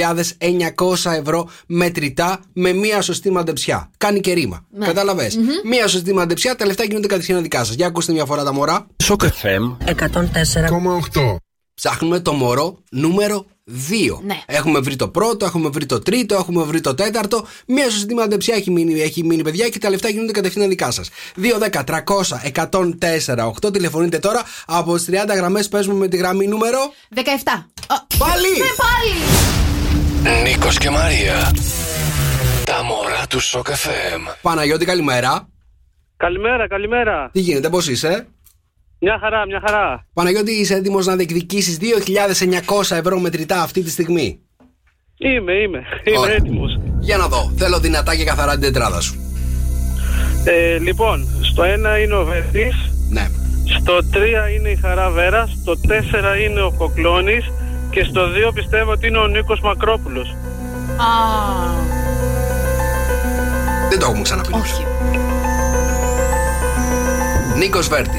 S4: 2.900 ευρώ μετρητά με μία σωστή μαντεψιά. Κάνει και ρήμα.
S15: Ναι.
S4: Κατάλαβες.
S15: Μμμ.
S4: Μία σωστή μαντεψιά, τα λεφτά γίνονται κατευθείαν δικά σας. Για ακούστε μια φορά τα μωρά. Σοκ FM 104,8. Ψάχνουμε το μωρό νούμερο 2.
S5: Ναι.
S4: Έχουμε βρει το πρώτο, έχουμε βρει το τρίτο, έχουμε βρει το τέταρτο. Μία σωστή μαντεψιά έχει μείνει, έχει μείνει, παιδιά, και τα λεφτά γίνονται κατευθείαν δικά σας. 2-10-300-104-8. Τηλεφωνείτε τώρα. Από τις 30 γραμμές παίζουμε με τη γραμμή νούμερο.
S5: 17.
S4: Πάλι!
S5: Ναι, πάλι!
S1: Νίκος και Μαρία. Τα μωρά του Σοκ FM.
S4: Παναγιώτη, καλημέρα.
S16: Καλημέρα, καλημέρα.
S4: Τι γίνεται, πώς είσαι.
S16: Μια χαρά, μια χαρά.
S4: Παναγιώτη, είσαι έτοιμος να διεκδικήσεις 2.900 ευρώ μετρητά αυτή τη στιγμή.
S16: Είμαι, είμαι. Είμαι
S4: Ωραία.
S16: έτοιμος.
S4: Για να δω. Θέλω δυνατά και καθαρά την τετράδα σου.
S16: Ε, λοιπόν, στο ένα είναι ο Βερτή.
S4: Ναι.
S16: Στο 3 είναι η Χαρά Βέρας. Στο 4 είναι ο Κοκλώνης. Και στο 2 πιστεύω ότι είναι ο Νίκος Μακρόπουλος.
S5: Α,
S4: Δεν το έχουμε ξαναπεί. Όχι. Νίκος Βέρτης.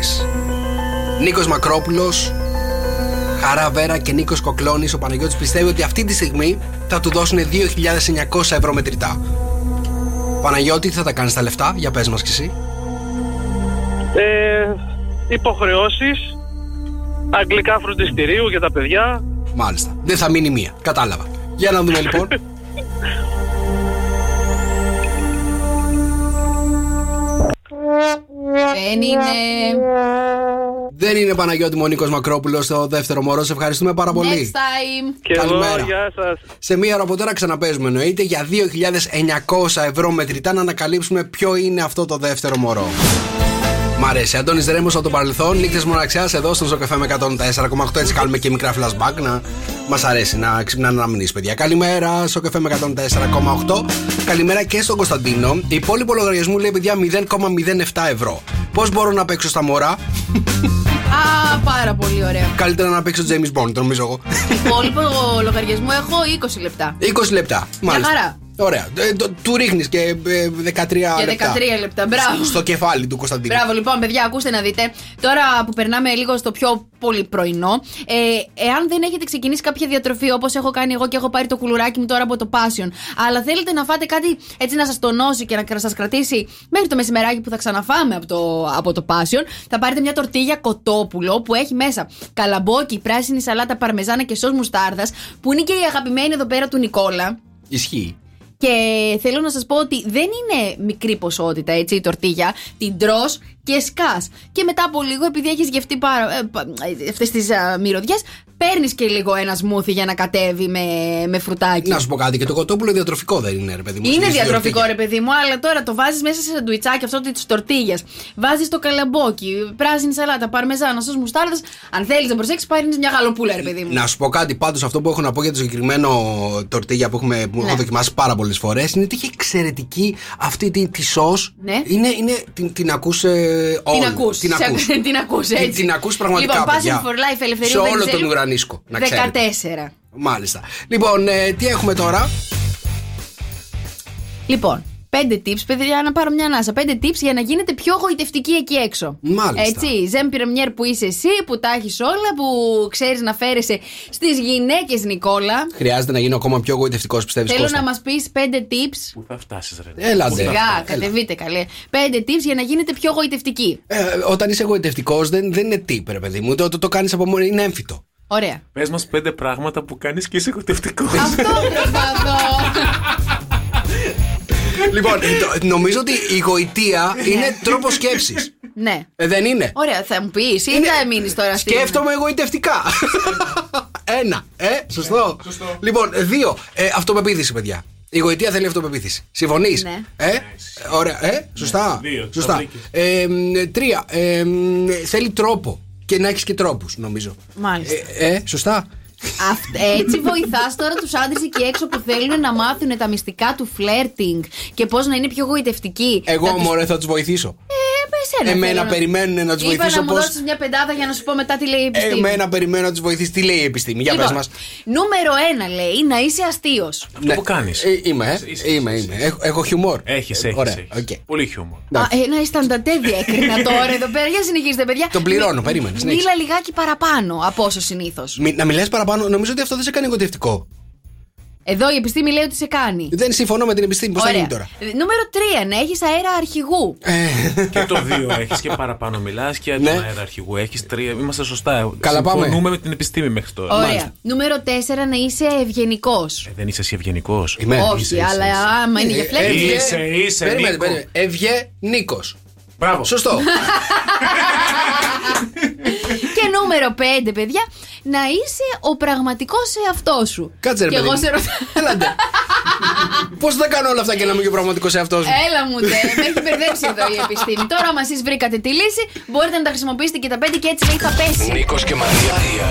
S4: Νίκο Μακρόπουλο. Χαρά Βέρα και Νίκο Κοκλώνης. Ο Παναγιώτης πιστεύει ότι αυτή τη στιγμή θα του δώσουν 2.900 ευρώ μετρητά. Παναγιώτη, τι θα τα κάνεις τα λεφτά, για πες μας κι εσύ.
S16: Ε, Υποχρεώσεις. Αγγλικά φροντιστηρίου για τα παιδιά.
S4: Μάλιστα. Δεν θα μείνει μία. Κατάλαβα. Για να δούμε λοιπόν.
S5: δεν είναι.
S4: Δεν είναι Παναγιώτη μου ο Νίκος Μακρόπουλος το δεύτερο μωρό. Σε ευχαριστούμε πάρα πολύ.
S5: Next time.
S16: Και
S4: Καλημέρα.
S16: εγώ, γεια σας.
S4: Σε μία ώρα από τώρα ξαναπέζουμε εννοείται για 2.900 ευρώ μετρητά να ανακαλύψουμε ποιο είναι αυτό το δεύτερο μωρό. Μ' αρέσει. Αντώνη Ρέμο από το παρελθόν, νύχτες μοναξιάς εδώ στον Ζωκαφέ με 104,8. Έτσι κάνουμε και μικρά flashback να μας αρέσει να ξυπνάνε να μηνύσει, παιδιά. Καλημέρα, Ζωκαφέ με 104,8. Καλημέρα και στον Κωνσταντίνο. Η υπόλοιπο λογαριασμού λέει παιδιά 0,07 ευρώ. Πώς μπορώ να παίξω στα μωρά,
S5: Α, πάρα πολύ ωραίο.
S4: καλύτερα να παίξω James Bond, το νομίζω εγώ.
S5: Υπόλοιπο λογαριασμό έχω 20 λεπτά.
S4: 20 λεπτά. Μάλιστα.
S5: χαρά.
S4: Ωραία. Ε, το- του ρίχνεις και ε, 13
S5: Και 13
S4: λεπτά.
S5: λεπτά, μπράβο.
S4: Στο κεφάλι του Κωνσταντίνου.
S5: Μπράβο, λοιπόν, παιδιά, ακούστε να δείτε. Τώρα που περνάμε λίγο στο πιο πολύ πρωινό, ε, εάν δεν έχετε ξεκινήσει κάποια διατροφή όπως έχω κάνει εγώ και έχω πάρει το κουλουράκι μου τώρα από το Passion, αλλά θέλετε να φάτε κάτι έτσι να σας τονώσει και να σας κρατήσει μέχρι το μεσημεράκι που θα ξαναφάμε από το, από το Passion, θα πάρετε μια τορτίγια κοτόπουλο που έχει μέσα καλαμπόκι, πράσινη σαλάτα, παρμεζάνα και σος μουστάρδας, που είναι και η αγαπημένη εδώ πέρα του Νικόλα.
S4: Ισχύει.
S5: Και θέλω να σας πω ότι δεν είναι μικρή ποσότητα έτσι, η τορτίγια. Την τρώ και σκάς. Και μετά από λίγο, επειδή έχεις γευτεί πάρα, ε, αυτές τις μυρωδιές, παίρνεις ε, και λίγο ένα σμούθι για να κατέβει με, με φρουτάκι.
S4: Να σου πω κάτι και το κοτόπουλο διατροφικό δεν είναι, ρε παιδί μου.
S5: Είναι
S4: Συνήθως
S5: διατροφικό
S4: διατροφική.
S5: ρε παιδί μου, αλλά τώρα το βάζεις μέσα σε σαντουιτσάκι αυτό της τορτίγιας. Βάζεις το καλαμπόκι, πράσινη σαλάτα, παρμεζάνα, σο μουστάρδα. Αν θέλεις να προσέξεις, πάρεις μια γαλοπούλα, ρε παιδί μου.
S4: Να σου πω κάτι πάντως αυτό που έχω να πω για το συγκεκριμένο τορτίγια που, έχουμε, που
S5: Ναι.
S4: έχω δοκιμάσει πάρα πολλές φορές είναι ότι έχει εξαιρετική αυτή τη, τη σο.
S5: Ναι.
S4: Είναι, είναι, την, την ακούς. Ε, όλη.
S5: Την ακούς.
S4: Την
S5: Σε-
S4: ακούς.
S5: την ακούς, έτσι.
S4: Την, την ακούς πραγματικά.
S5: Λοιπόν, Passion
S4: παιδιά.
S5: for Life, Ελευθερίου
S4: Σε όλο
S5: Βενιζέλου,
S4: τον ουρανίσκο. Να ξέρετε.
S5: 14.
S4: Μάλιστα. Λοιπόν, ε, τι έχουμε τώρα.
S5: Λοιπόν, πέντε tips, παιδιά, να πάρω μια ανάσα. Πέντε tips για να γίνετε πιο γοητευτικοί εκεί έξω.
S4: Μάλιστα.
S5: Έτσι, ζεν πυρεμιέρ που είσαι εσύ, που τα έχεις όλα, που ξέρεις να φέρεσαι στις γυναίκες, Νικόλα.
S4: Χρειάζεται να γίνω ακόμα πιο εγωιτευτικό, πιστεύεις
S5: Θέλω
S4: Κώστα.
S5: να μας πεις πέντε tips.
S4: Θα φτάσεις, ρε. Έλα, ντε.
S5: Σιγά,
S4: Έλα.
S5: κατεβείτε καλέ. Πέντε tips για να γίνετε πιο γοητευτικοί.
S4: Ε, όταν είσαι εγωιτευτικό, δεν, δεν είναι τύπ, ρε παιδί μου. Το, το, το κάνεις από μόνο, είναι έμφυτο.
S5: Ωραία.
S17: Πες μας πέντε πράγματα που κάνεις και είσαι κοτευτικό.
S5: Προσπαθώ.
S4: λοιπόν, το- νομίζω ότι η γοητεία είναι τρόπος σκέψης.
S5: ναι.
S4: Ε, δεν είναι.
S5: Ωραία, θα μου πεις ή θα μείνεις τώρα στην.
S4: Σκέφτομαι εγωιτευτικά. Ένα. Ε, σωστό. Λοιπόν, δύο. Ε, αυτοπεποίθηση, παιδιά. Η γοητεία θέλει αυτοπεποίθηση. Συμφωνείς.
S5: Ναι.
S4: Ε, ωραία. Ε, σωστά.
S17: Δύο. Τα
S4: Σωστά.
S17: βρήκες.
S4: Ε, μ, τρία. Ε, μ, θέλει τρόπο. Και να έχεις και τρόπους, νομίζω.
S5: Μάλιστα.
S4: Ε, ε, σωστά.
S5: Αυτ- έτσι βοηθάς τώρα τους άντρες εκεί έξω που θέλουν να μάθουν τα μυστικά του φλερτινγκ και πώς να είναι πιο γοητευτικοί.
S4: Εγώ,
S5: Θα τους-
S4: μωρέ, θα τους βοηθήσω.
S5: Ε, πε εσένα.
S4: Εμένα
S5: θέλω να-
S4: περιμένουνε να τους
S5: Είπα
S4: βοηθήσω
S5: να μου
S4: πώς-
S5: δώσεις μια πεντάδα για να σου πω μετά τι λέει η επιστήμη.
S4: Εμένα περιμένω Ε, να τους βοηθήσει. Τι λέει η επιστήμη, για πες
S5: Λοιπόν,
S4: μας.
S5: Νούμερο ένα λέει να είσαι αστείος.
S4: Ναι. που κάνεις. Είμαι, ε. είμαι, είμαι. Έχω, έχω χιουμόρ.
S17: Έχεις,
S4: Ωραία,
S17: έχεις. Πολύ χιούμορ.
S5: Ένα ισταντατέδι έκρινα τώρα εδώ πέρα. Για συνεχίζετε, παιδιά.
S4: Τον πληρώνω, περίμενε, συνέχισε.
S5: Μίλα λιγάκι παραπάνω από όσο συνήθως.
S4: Μι- να μιλάς παραπάνω, νομίζω ότι αυτό δεν σε κάνει εγωτευτικό.
S5: Εδώ η επιστήμη λέει ότι σε κάνει.
S4: Δεν συμφωνώ με την επιστήμη. Πώς θα
S5: Ωραία.
S4: γίνει τώρα. Ε,
S5: Ε, Νούμερο 3. Να έχεις αέρα αρχηγού.
S17: Και το δύο έχεις και παραπάνω μιλάς και
S4: Ναι.
S17: τον αέρα αρχηγού. Έχεις τρία. Είμαστε σωστά.
S4: Καλά πάμε.
S17: Συμφωνούμε με την επιστήμη μέχρι τώρα.
S5: Ωραία. Νούμερο 4. Να είσαι ευγενικός.
S17: Ε, δεν είσαι εσύ ευγενικός.
S4: Ναι,
S5: Όχι, αλλά άμα είναι για φλέξ.
S17: ε, Είσαι, είσαι,
S4: Περίμενε,
S17: Νίκο.
S4: περίμενε. Ευγε Νίκο.
S17: Μπράβο.
S4: Σωστό.
S5: Και νούμερο 5, παιδιά, να είσαι ο πραγματικός εαυτός σου.
S4: Κάτσε ρε
S5: Και
S4: παιδί
S5: εγώ
S4: μου.
S5: σε ρωτάω.
S4: Πώς θα κάνω όλα αυτά και να είμαι και ο πραγματικός εαυτός μου.
S5: Έλα μου, τε, με έχει μπερδέψει εδώ η επιστήμη. Τώρα, άμα εσείς βρήκατε τη λύση, μπορείτε να τα χρησιμοποιήσετε και τα πέντε και έτσι λέει θα πέσει.
S1: Νίκος και Μαria.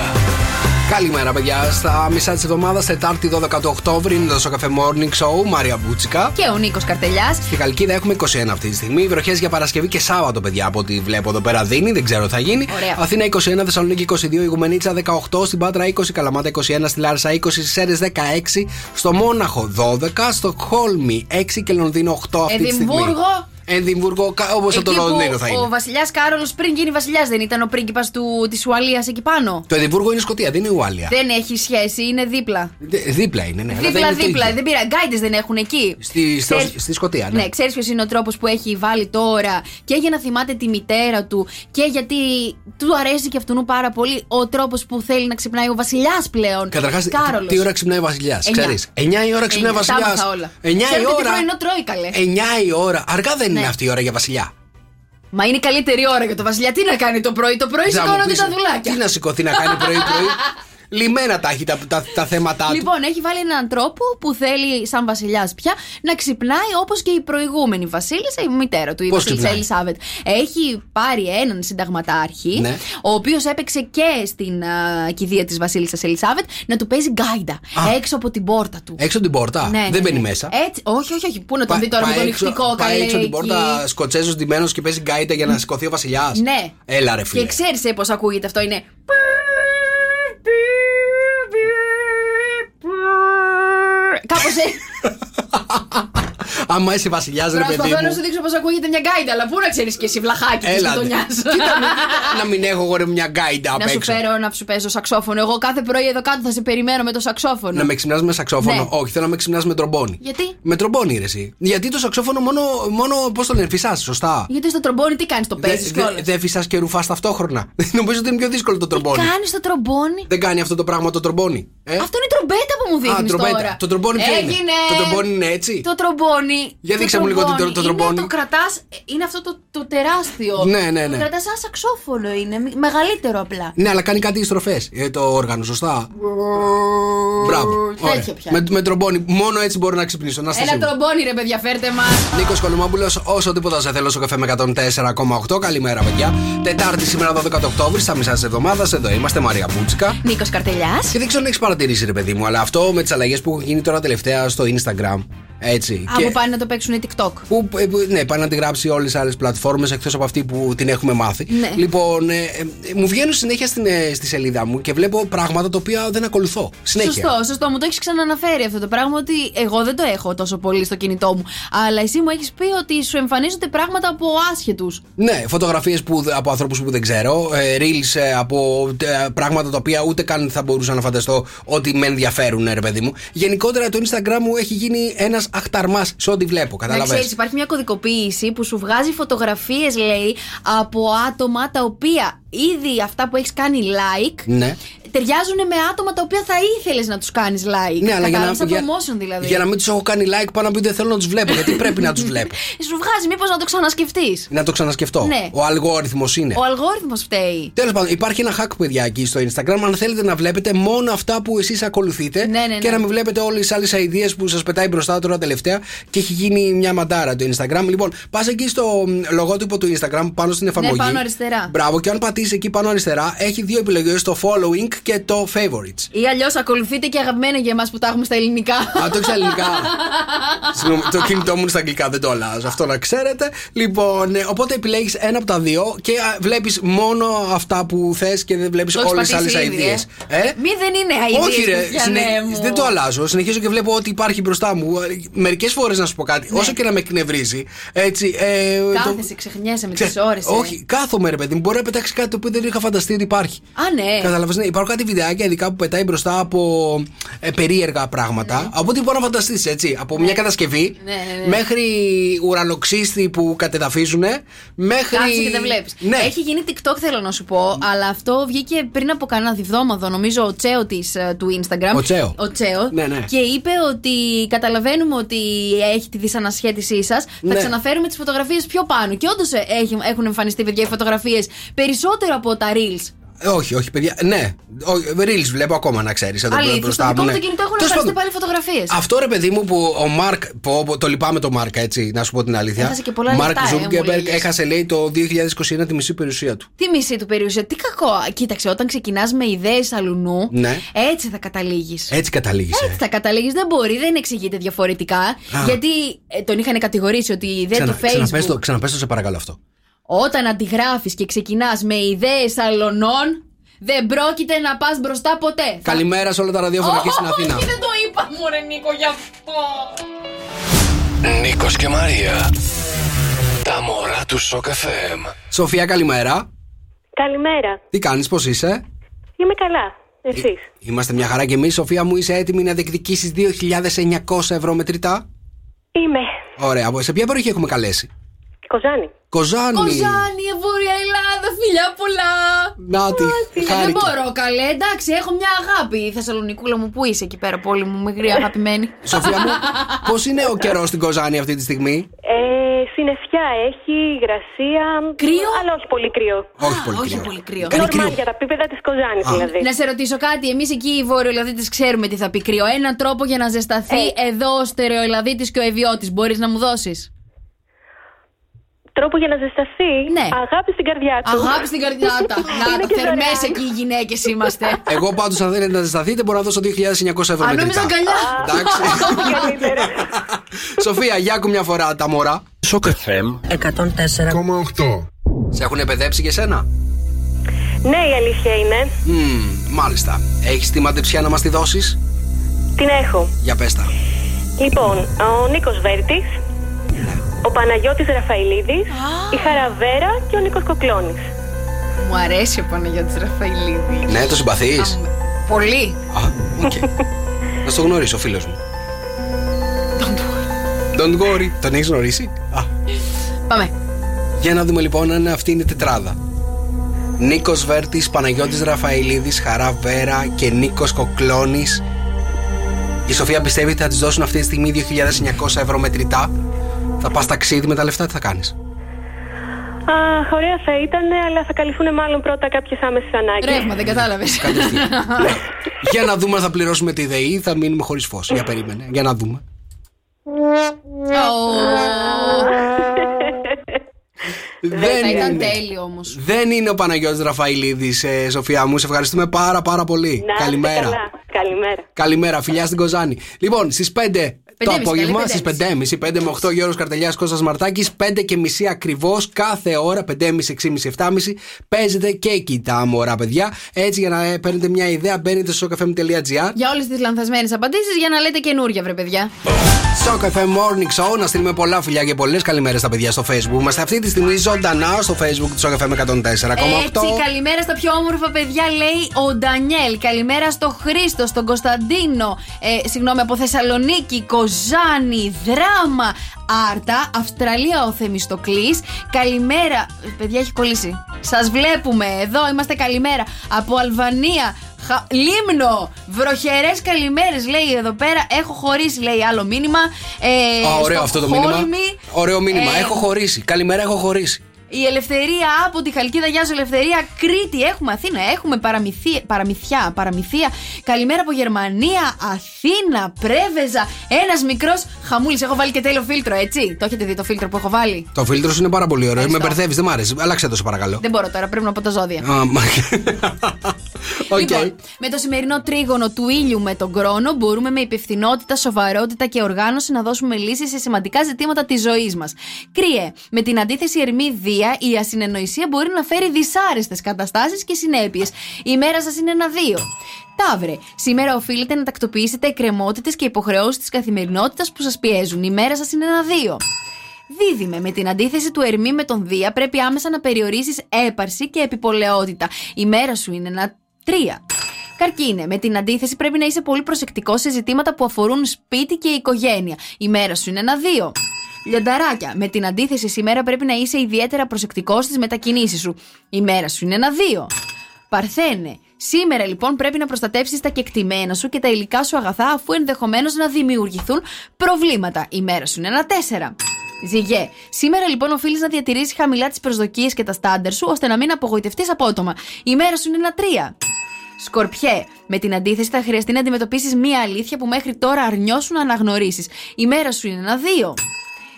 S4: Καλημέρα, παιδιά. Στα μισά της εβδομάδας, Τετάρτη 12 του Οκτώβρη, είναι το Σοκαφέ Morning Show. Μαρία Μπούτσικα.
S5: Και ο Νίκος Καρτελιάς.
S4: Στη Καλκίδα έχουμε 21 αυτή τη στιγμή. Βροχές για Παρασκευή και Σάββατο, παιδιά, από ό,τι βλέπω εδώ πέρα δίνει. Δεν ξέρω τι θα γίνει.
S5: Ωραία.
S4: Αθήνα 21, Θεσσαλονίκη 22, Ιγουμενίτσα 18, στην Πάτρα 20, Καλαμάτα 21, στη Λάρισα 20, στι Σέρε 16, στο Μόναχο 12, στο Χόλμη 6 και Λονδίνο 8 αυτή τη στιγμή.
S5: Εδιμβούργο.
S4: Εδιμβούργο, όπω
S5: Εκεί
S4: το Λονδίνο θα
S5: που ο
S4: είναι.
S5: βασιλιάς Κάρολος πριν γίνει βασιλιάς δεν ήταν ο πρίγκιπας της Ουαλίας εκεί πάνω.
S4: Το Εδιμβούργο είναι Σκοτία, δεν είναι Ουάλια.
S5: Δεν έχει σχέση, είναι δίπλα.
S4: Δι- Δίπλα είναι, ναι. αλλά δεν είναι το
S5: Δίπλα-δίπλα,
S4: ίδιο.
S5: δεν πήρα. Γκάιντε δεν έχουν εκεί.
S4: Στη, στο-
S5: Ξέρεις-
S4: στη Σκοτία, ναι.
S5: Ναι, ξέρεις ποιος είναι ο τρόπος που έχει βάλει τώρα και για να θυμάται τη μητέρα του και γιατί του αρέσει και αυτού πάρα πολύ ο τρόπος που θέλει να ξυπνάει ο βασιλιάς πλέον.
S4: Καταρχάς, τι,
S5: Κάρολος.
S4: τι ώρα ξυπνάει ο Βασιλιάς,
S5: Εννιά.
S4: ξέρεις. 9 η ώρα ξυπνάει ο
S5: Εννιά, τα
S4: Βασιλιάς.
S5: άμαθα όλα.
S4: 9 η
S5: Ξέρετε τι
S4: ώρα.
S5: πρωινό τρώει καλέ. Ναι.
S4: 9 η ώρα. Αργά δεν είναι αυτή η ώρα για Βασιλιά.
S5: Μα είναι η καλύτερη ώρα για το βασιλιά. Τι να κάνει το πρωί, το πρωί
S4: Θα μου
S5: σηκώνονται
S4: πεις,
S5: τα δουλάκια.
S4: Τι να σηκωθεί να κάνει πρωί-πρωί. Λυμένα τα έχει τα, τα, τα θέματα του.
S5: Λοιπόν, έχει βάλει έναν τρόπο που θέλει, σαν βασιλιάς πια, να ξυπνάει όπως και η προηγούμενη βασίλισσα, η μητέρα του, η
S4: Πώς
S5: βασίλισσα
S4: ξυπνάει?
S5: Ελισάβετ. Έχει πάρει έναν συνταγματάρχη,
S4: Ναι.
S5: ο οποίος έπαιξε και στην α, κηδεία της βασίλισσας Ελισάβετ, να του παίζει γκάιντα έξω από την πόρτα του.
S4: Έξω από την πόρτα.
S5: Ναι, ναι,
S4: δεν μπαίνει
S5: ναι.
S4: μέσα.
S5: Έτσι, όχι, όχι, όχι. Πού να τον δει τώρα με το
S4: πάει έξω-
S5: νυχτικό,
S4: πάει
S5: καλέ,
S4: έξω από την
S5: εκεί.
S4: πόρτα σκοτσέζος ντυμένος και παίζει γκάιτα για να σηκωθεί ο Βασιλιάς.
S5: Ναι.
S4: Έλα ρε φίλε.
S5: Και ξέρεις πώς ακούγεται αυτό, είναι. Κάπω έτσι.
S4: Άμα είσαι Βασιλιάς, ρε παιδί.
S5: Προσπαθώ να σου
S4: Μου,
S5: δείξω πώ ακούγεται μια γκάιντα, αλλά πού να ξέρεις και εσύ βλαχάκι της
S4: έλα. ρε.
S5: γειτονιάς.
S4: Κοίτα με, να μην έχω εγώ ρε, μια γκάιτα απ'
S5: Να σου
S4: έξω.
S5: φέρω να σου παίζω σαξόφωνο. Εγώ κάθε πρωί εδώ κάτω θα σε περιμένω με το σαξόφωνο.
S4: Να με ξυπνάς με σαξόφωνο.
S5: Ναι.
S4: Όχι, θέλω να με ξυπνάς με τρομπόνι.
S5: Γιατί?
S4: Με τρομπόνι, ρε, εσύ. Γιατί το σαξόφωνο μόνο. μόνο Πώς το λένε, φυσάς, σωστά.
S5: Γιατί στο τρομπόνι τι κάνεις, το
S4: Δε-
S5: παίζεις
S4: δε-
S5: κιόλας.
S4: Δεν φυσάς και ρουφάς ταυτόχρονα. Νομίζω ότι είναι πιο δύσκολο το τρομπόνι.
S5: Κάνεις το τρομπόνι.
S4: Δεν κάνει αυτό το πράγμα το τρομπόνι. Ε?
S5: Αυτό είναι η τρομπέτα που μου
S4: Α,
S5: δείχνεις
S4: τρομπέτα.
S5: τώρα.
S4: Το τρομπόνι τι
S5: Έγινε.
S4: είναι? Το τρομπόνι είναι έτσι?
S5: Το τρομπόνι.
S4: Για
S5: το
S4: δείξε μου λίγο το- το- το
S5: τρομπόνι.
S4: τρομπόνι.
S5: Είναι, το κρατάς. Είναι αυτό το, το τεράστιο.
S4: Ναι, ναι, ναι.
S5: Το κρατάς σαν σαξόφωνο είναι. μη- Μεγαλύτερο απλά.
S4: Ναι, αλλά κάνει κάτι στροφές ε, το όργανο, σωστά. Μπράβο.
S5: Τέτοια
S4: Ωραία.
S5: πια.
S4: Με, με τρομπόνι. Μόνο έτσι μπορώ να ξυπνήσω. Να είστε
S5: Ένα
S4: σίγουροι.
S5: τρομπόνι, ρε παιδιά, φέρτε μας.
S4: Νίκος Κολομόπουλος, όσο τίποτα σε θέλω στο καφέ με 104,8. Καλημέρα, παιδιά. Τετάρτη σήμερα 12 Οκτώβρη, στα μισά της εβδομάδας. Εδώ είμαστε, Μαρία Μπούτσικα.
S5: Νίκος Καρτελιάς.
S4: Και δεν ξέρω αν έχεις παρατηρήσει, ρε παιδί μου, αλλά αυτό με τις αλλαγές που έχουν γίνει τώρα τελευταία στο Instagram. Έτσι.
S5: Από πάνε να το παίξουν TikTok.
S4: Που, ε, που- ναι, πάει να τη γράψει όλες τις άλλες πλατφόρμες εκτός από αυτή που την έχουμε μάθει.
S5: Ναι.
S4: Λοιπόν, ε, ε, μου βγαίνουν συνέχεια στην, ε, στη σελίδα μου και βλέπω πράγματα τα οποία δεν ακολουθώ. Συνέχεια.
S5: Σωστό, σωστό. Μου το έχεις ξαναναφέρει αυτό το πράγμα ότι εγώ δεν το έχω τόσο πολύ στο κινητό μου. Αλλά εσύ μου έχεις πει ότι σου εμφανίζονται πράγματα από άσχετους.
S4: Ναι, φωτογραφίες από ανθρώπους που δεν ξέρω, ε, reels ε, από ε, πράγματα τα οποία ούτε καν θα μπορούσα να φανταστώ ότι με ενδιαφέρουν, ρε παιδί μου. Γενικότερα το Instagram μου έχει γίνει ένας αχταρμάς σε ό,τι βλέπω,
S5: Να
S4: καταλαβαίνω.
S5: ξέρεις, υπάρχει μια κωδικοποίηση που σου βγάζει φωτογραφίες, λέει, από άτομα τα οποία ήδη αυτά που έχεις κάνει like.
S4: Ναι.
S5: Ταιριάζουν με άτομα τα οποία θα ήθελες να τους κάνεις like.
S4: Ναι, αλλά για να,
S5: Κατάλαβες, σαν
S4: για,
S5: promotion δηλαδή.
S4: για να μην τους έχω κάνει like, πάνω να πει δεν θέλω να τους βλέπω. Γιατί πρέπει να τους βλέπω.
S5: Ε, Σου βγάζει, μήπως να το ξανασκεφτείς.
S4: Να το ξανασκεφτώ.
S5: Ναι.
S4: Ο αλγόριθμος είναι.
S5: Ο αλγόριθμος φταίει.
S4: Τέλος πάντων, υπάρχει ένα hack, παιδιά, εκεί στο Instagram. Αν θέλετε να βλέπετε μόνο αυτά που εσείς ακολουθείτε
S5: Ναι, ναι, ναι.
S4: και να μην βλέπετε όλες τις άλλες ideas που σας πετάει μπροστά τώρα τελευταία και έχει γίνει μια μαντάρα το Instagram. Λοιπόν, πας εκεί στο μ, λογότυπο του Instagram πάνω στην εφαρμογή.
S5: Ναι, πάνω αριστερά.
S4: Μπράβο, και αν πατήσεις εκεί πάνω αριστερά, έχει δύο επιλογές, το following και το favorites.
S5: Ή αλλιώς ακολουθείτε και αγαπημένα για εμάς που τα έχουμε στα ελληνικά.
S4: Α, το έχεις στα ελληνικά. Συγγνώμη, το κινητό μου είναι στα αγγλικά, δεν το αλλάζω. Αυτό να ξέρετε. Λοιπόν, ε, οπότε επιλέγεις ένα από τα δύο και βλέπεις μόνο αυτά που θες και δεν βλέπεις
S5: Το έχεις
S4: όλες τις άλλες
S5: πατήσει ήδη,
S4: αειδίε.
S5: ε. Μη δεν είναι αειδίε.
S4: Όχι, ρε. συνε-
S5: μου.
S4: Δεν το αλλάζω. Συνεχίζω και βλέπω ό,τι υπάρχει μπροστά μου. Μερικές φορές να σου πω κάτι,
S5: Ναι.
S4: όσο και να με εκνευρίζει. Έτσι, ε, το-
S5: Κάθεσαι, ξεχνιέσαι με ε.
S4: Ξε-
S5: τις ώρες.
S4: Όχι, κάθομαι ρε παιδί μου. Μπορεί να πετάξει κάτι το οποίο δεν είχα φανταστεί ότι υπάρχει.
S5: Α, ναι.
S4: Καταλαβαίνετε, ναι, υπάρχουν κάτι βιντεάκια ειδικά που πετάει μπροστά από ε, περίεργα πράγματα. Από ό,τι μπορείς να φανταστείς, έτσι. Από μια κατασκευή
S5: Ναι, ναι, ναι.
S4: μέχρι ουρανοξύστη που κατεδαφίζουν. Μέχρι.
S5: Κάτσε και δεν βλέπεις.
S4: Ναι.
S5: Έχει γίνει TikTok, θέλω να σου πω, αλλά αυτό βγήκε πριν από κανένα διβδόμαδο, νομίζω, ο Τσέο της, ε, του Instagram.
S4: Ο Τσέο.
S5: Ο Τσέο.
S4: Ναι, ναι.
S5: Και είπε ότι καταλαβαίνουμε ότι έχει τη δυσανασχέτησή σας. Θα
S4: Ναι.
S5: ξαναφέρουμε τις φωτογραφίες πιο πάνω. Και όντως έχουν εμφανιστεί, παιδιά, οι φωτογραφίες περισσότερο από τα Reels.
S4: Ε, Όχι, όχι, παιδιά. Ναι. Ο- Reels βλέπω ακόμα να ξέρεις.
S5: Αλήθεια, στο δικό μου το κινητό έχουν εμφανιστεί πάλι φωτογραφίες.
S4: ναι. Αυτό ρε παιδί μου που ο Μαρκ. Πω, πω, το λυπάμαι το Μαρκ, έτσι, να σου πω την αλήθεια.
S5: Έχασε και πολλά
S4: Μαρκ
S5: λεφτά, ε, μου
S4: Ζούγκεμπεργκ
S5: λέγες.
S4: έχασε, λέει, το 2021 τη μισή περιουσία του.
S5: Τι μισή του περιουσία, τι κακό. Κοίταξε, όταν ξεκινάς με ιδέες αλουνού,
S4: Ναι. Ε,
S5: έτσι θα καταλήγεις.
S4: Έτσι καταλήγεις.
S5: Έτσι θα καταλήγεις, δεν μπορεί, δεν εξηγείται διαφορετικά. Γιατί ε, τον είχαν κατηγορήσει ότι η ιδέα του Facebook.
S4: Ξαναπέστο, ξαναπέστο, σε παρακαλώ αυτό.
S5: Όταν αντιγράφεις και ξεκινάς με ιδέες αλωνών, δεν πρόκειται να πας μπροστά ποτέ.
S4: Καλημέρα σε όλα τα ραδιόφωνα και στην Αθήνα.
S5: Όχι, δεν το είπα, Μωρέ Νίκο, γι' αυτό.
S1: Νίκος και Μαρία. Τα μωρά του Σοκ FM.
S4: Σοφία, καλημέρα.
S15: Καλημέρα.
S4: Τι κάνεις, πώς είσαι.
S15: Είμαι καλά. Εσείς.
S4: Είμαστε μια χαρά και εμείς. Σοφία μου, είσαι έτοιμη να διεκδικήσεις 2.900 ευρώ μετρητά. Ε,
S15: Είμαι.
S4: Ωραία, από- σε ποια περιοχή έχουμε καλέσει.
S15: Κοζάνη.
S4: Κοζάνη.
S5: Κοζάνη, ε, Βόρεια Ελλάδα, φιλιά πολλά.
S4: Να τη,
S5: Φίλε, δεν
S4: χάρηκα.
S5: μπορώ, καλέ. Εντάξει, έχω μια αγάπη. Η Θεσσαλονικούλα μου, που είσαι εκεί πέρα, πόλη μου, μικρή αγαπημένη.
S4: Σοφία μου, πώς είναι ο καιρός στην Κοζάνη αυτή τη στιγμή.
S15: Ε, συννεφιά έχει, υγρασία. Κρύο. Αλλά όχι πολύ κρύο.
S4: Όχι πολύ
S5: όχι
S4: κρύο.
S5: πολύ κρύο.
S4: Κάνει
S15: Νορμάλ
S4: Ε, κρύο.
S15: για τα πίπεδα της Κοζάνης
S4: Α.
S15: δηλαδή.
S5: Να σε ρωτήσω κάτι, εμείς εκεί οι Βόρειο ξέρουμε τι θα πει κρύο. Έναν τρόπο για να
S15: Ε.
S5: ζεσταθεί εδώ ο Στερεοελαδίτη και ο Εβιώτης μπορείς να μου δώσεις.
S15: Τρόπο για να ζεσταθεί. Αγάπη στην καρδιά του.
S5: Ναι. Αγάπη στην καρδιά του. Να
S15: Είναι
S5: τα
S15: και
S5: θερμέ
S15: δωρεάν. Ε,
S5: εκεί οι γυναίκες είμαστε.
S4: Εγώ πάντως, αν θέλετε να ζεσταθείτε, μπορώ να δώσω 2.900 ευρώ
S5: Αν νόμιζα
S4: μετρητά.
S5: αγκαλιά.
S4: Εντάξει. Σοφία, για άκου μια φορά τα μωρά. Σοκ FM 104,8. Σε έχουν επαιδέψει και σένα.
S15: Ναι, η αλήθεια είναι.
S4: Μμμ, μάλιστα. Έχεις τη μαντεψιά να μας τη δώσεις.
S15: Την έχω.
S4: Για πες τα.
S15: Λοιπόν, ο Νίκος Βέρτης. Ο Παναγιώτης Ραφαηλίδης. Η Χαραβέρα και ο Νίκος Κοκλώνης.
S5: Μου αρέσει ο Παναγιώτης Ραφαηλίδης.
S4: Ναι, το συμπαθείς.
S5: Πολύ.
S4: Να στο γνωρίσει ο φίλος μου. Don't worry. Τον έχεις γνωρίσει. Α.
S15: Ε,
S5: Πάμε.
S4: Για να δούμε λοιπόν αν αυτή είναι η τετράδα. Νίκος Βέρτης, Παναγιώτης Ραφαηλίδης, Χαρά Βέρα και Νίκος Κοκλώνης. Η Σοφία πιστεύει ότι θα της δώσουν αυτή τη στιγμή 2.900 ευρώ μετρητά. Θα πας ταξίδι με τα λεφτά, τι θα κάνεις.
S15: Αχ, ωραία θα ήταν, αλλά θα καλυφθούν μάλλον πρώτα κάποιες άμεσες ανάγκες.
S5: Ρεύμα, δεν κατάλαβες.
S4: Ε, Για να δούμε αν θα πληρώσουμε τη ΔΕΗ ή θα μείνουμε χωρίς φως. Για περίμενε. Για να δούμε.
S5: Θα
S15: Ε, ναι.
S5: ήταν
S4: είναι.
S5: τέλειο όμως.
S4: Δεν είναι ο Παναγιώτης Ραφαηλίδης, ε, Σοφία μου. Σε ευχαριστούμε πάρα πάρα πολύ.
S15: Να είστε
S4: Καλημέρα.
S15: καλά. Καλημέρα.
S4: Καλημέρα, φιλιά στην Κοζάνη. Λοιπόν, στις 5 το
S15: Πεντέμιση,
S4: απόγευμα,
S15: καλή,
S4: στις 5.30, 5 με 8 Γιώργος Καρτελιάς Κώστας Μαρτάκης, 5 και μισή ακριβώς κάθε ώρα, 5.30, 6.30, 7.30. Παίζετε και εκεί τα μωρά, παιδιά. Έτσι, για να ε, παίρνετε μια ιδέα, μπαίνετε στο sokafm.gr.
S5: Για όλες τις λανθασμένες απαντήσεις για να λέτε καινούργια, βρε παιδιά.
S4: Στο Cafe Morning Show να στείλουμε πολλά φιλιά και πολλές καλημέρες στα παιδιά στο Facebook. Είμαστε αυτή τη στιγμή ζωντανά στο Facebook του Σοκαφέ με 104,8.
S5: Έτσι, καλημέρα στα πιο όμορφα παιδιά, λέει ο Ντανιέλ. Καλημέρα στο Χρήστο, στον Κωνσταντίνο. Ε, συγγνώμη, από Θεσσαλονίκη, Κοζάνη, Δράμα, Άρτα, Αυστραλία ο Θεμιστοκλής. Καλημέρα. Ε, Παιδιά, έχει κολλήσει. Σας βλέπουμε εδώ, είμαστε καλημέρα. Από Αλβανία, Χα... Λίμνο, βροχερές καλημέρες, λέει εδώ πέρα. Έχω χωρίσει, λέει άλλο μήνυμα. Ε,
S4: Α, ωραίο
S5: στο
S4: αυτό το μήνυμα.
S5: Χόλμη.
S4: Ωραίο μήνυμα.
S5: Ε,
S4: Έχω χωρίσει. Καλημέρα, έχω χωρίσει.
S5: η ελευθερία από τη Χαλκίδα, γεια σου ελευθερία. Κρήτη, έχουμε Αθήνα, έχουμε παραμυθι... παραμυθιά, παραμυθία. Καλημέρα από Γερμανία, Αθήνα, πρέβεζα. Ένας μικρός χαμούλης. Έχω βάλει και τέλειο φίλτρο, έτσι. Το έχετε δει το φίλτρο που έχω βάλει.
S4: Το φίλτρο σου είναι πάρα πολύ ωραίο. Με μπερδεύεις, δεν μ' άρεσε. Αλλάξε το, σε παρακαλώ.
S5: Δεν μπορώ τώρα, πρέπει να πω τα ζώδια.
S4: Α, μα- Οκ.
S5: Ναι. Λοιπόν, με το σημερινό τρίγωνο του ήλιου με τον χρόνο, μπορούμε με υπευθυνότητα, σοβαρότητα και οργάνωση να δώσουμε λύσεις σε σημαντικά ζητήματα της ζωής μας. Κρύε, με την αντίθεση Ερμή-Δία, η ασυνεννοησία μπορεί να φέρει δυσάρεστες καταστάσεις και συνέπειες. Η μέρα σας είναι ένα δύο. Ταύρε, σήμερα οφείλετε να τακτοποιήσετε εκκρεμότητες και υποχρεώσεις της καθημερινότητας που σας πιέζουν. Η μέρα σας είναι ένα δύο. Δίδυμε, με την αντίθεση του Ερμή με τον Δία, πρέπει άμεσα να περιορίσεις έπαρση και επιπολαιότητα. Η μέρα σου είναι ένα τρία. Καρκίνε, με την αντίθεση πρέπει να είσαι πολύ προσεκτικός σε ζητήματα που αφορούν σπίτι και οικογένεια. Η μέρα σου είναι ένα δύο. Λιονταράκια, με την αντίθεση σήμερα πρέπει να είσαι ιδιαίτερα προσεκτικός στις μετακινήσεις σου. Η μέρα σου είναι ένα δύο. Παρθένε, σήμερα λοιπόν πρέπει να προστατεύσει τα κεκτημένα σου και τα υλικά σου αγαθά αφού ενδεχομένως να δημιουργηθούν προβλήματα. Η μέρα σου είναι ένα τέσσερα. Ζυγέ, σήμερα λοιπόν οφείλεις να διατηρήσεις χαμηλά τις προσδοκίες και τα στάντερ σου ώστε να μην απογοητευτείς απότομα. Η μέρα σου είναι ένα τρία. Σκορπιέ, με την αντίθεση θα χρειαστεί να αντιμετωπίσεις μία αλήθεια που μέχρι τώρα αρνιώσουν να αναγνωρίσεις. Η μέρα σου είναι ένα δύο.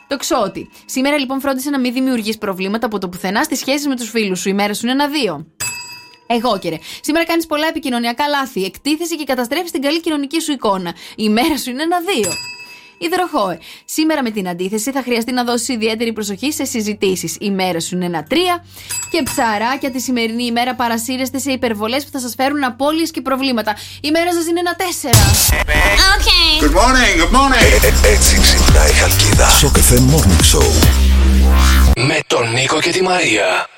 S5: Τοξότη, σήμερα λοιπόν φρόντισε να μην δημιουργείς προβλήματα από το πουθενά στις σχέσεις με τους φίλους σου. Η μέρα σου είναι ένα δύο. Εγώ καιρε. Σήμερα κάνεις πολλά επικοινωνιακά λάθη. Εκτίθεση και καταστρέφεις την καλή κοινωνική σου εικόνα. Η μέρα σου είναι ένα δύο. Ιδροχόε. Σήμερα με την αντίθεση θα χρειαστεί να δώσει ιδιαίτερη προσοχή σε συζητήσεις. Η μέρα σου είναι ένα τρία. Και ψαράκια τη σημερινή ημέρα παρασύρεστε σε υπερβολές που θα σας φέρουν απώλειες και προβλήματα. Η μέρα σας είναι ένα τέσσερα. Okay.
S9: Good morning, good morning.
S1: Έτσι ξυπνάει η Χαλκίδα.
S9: Morning Show.
S1: Με τον Νίκο και τη Μαρία.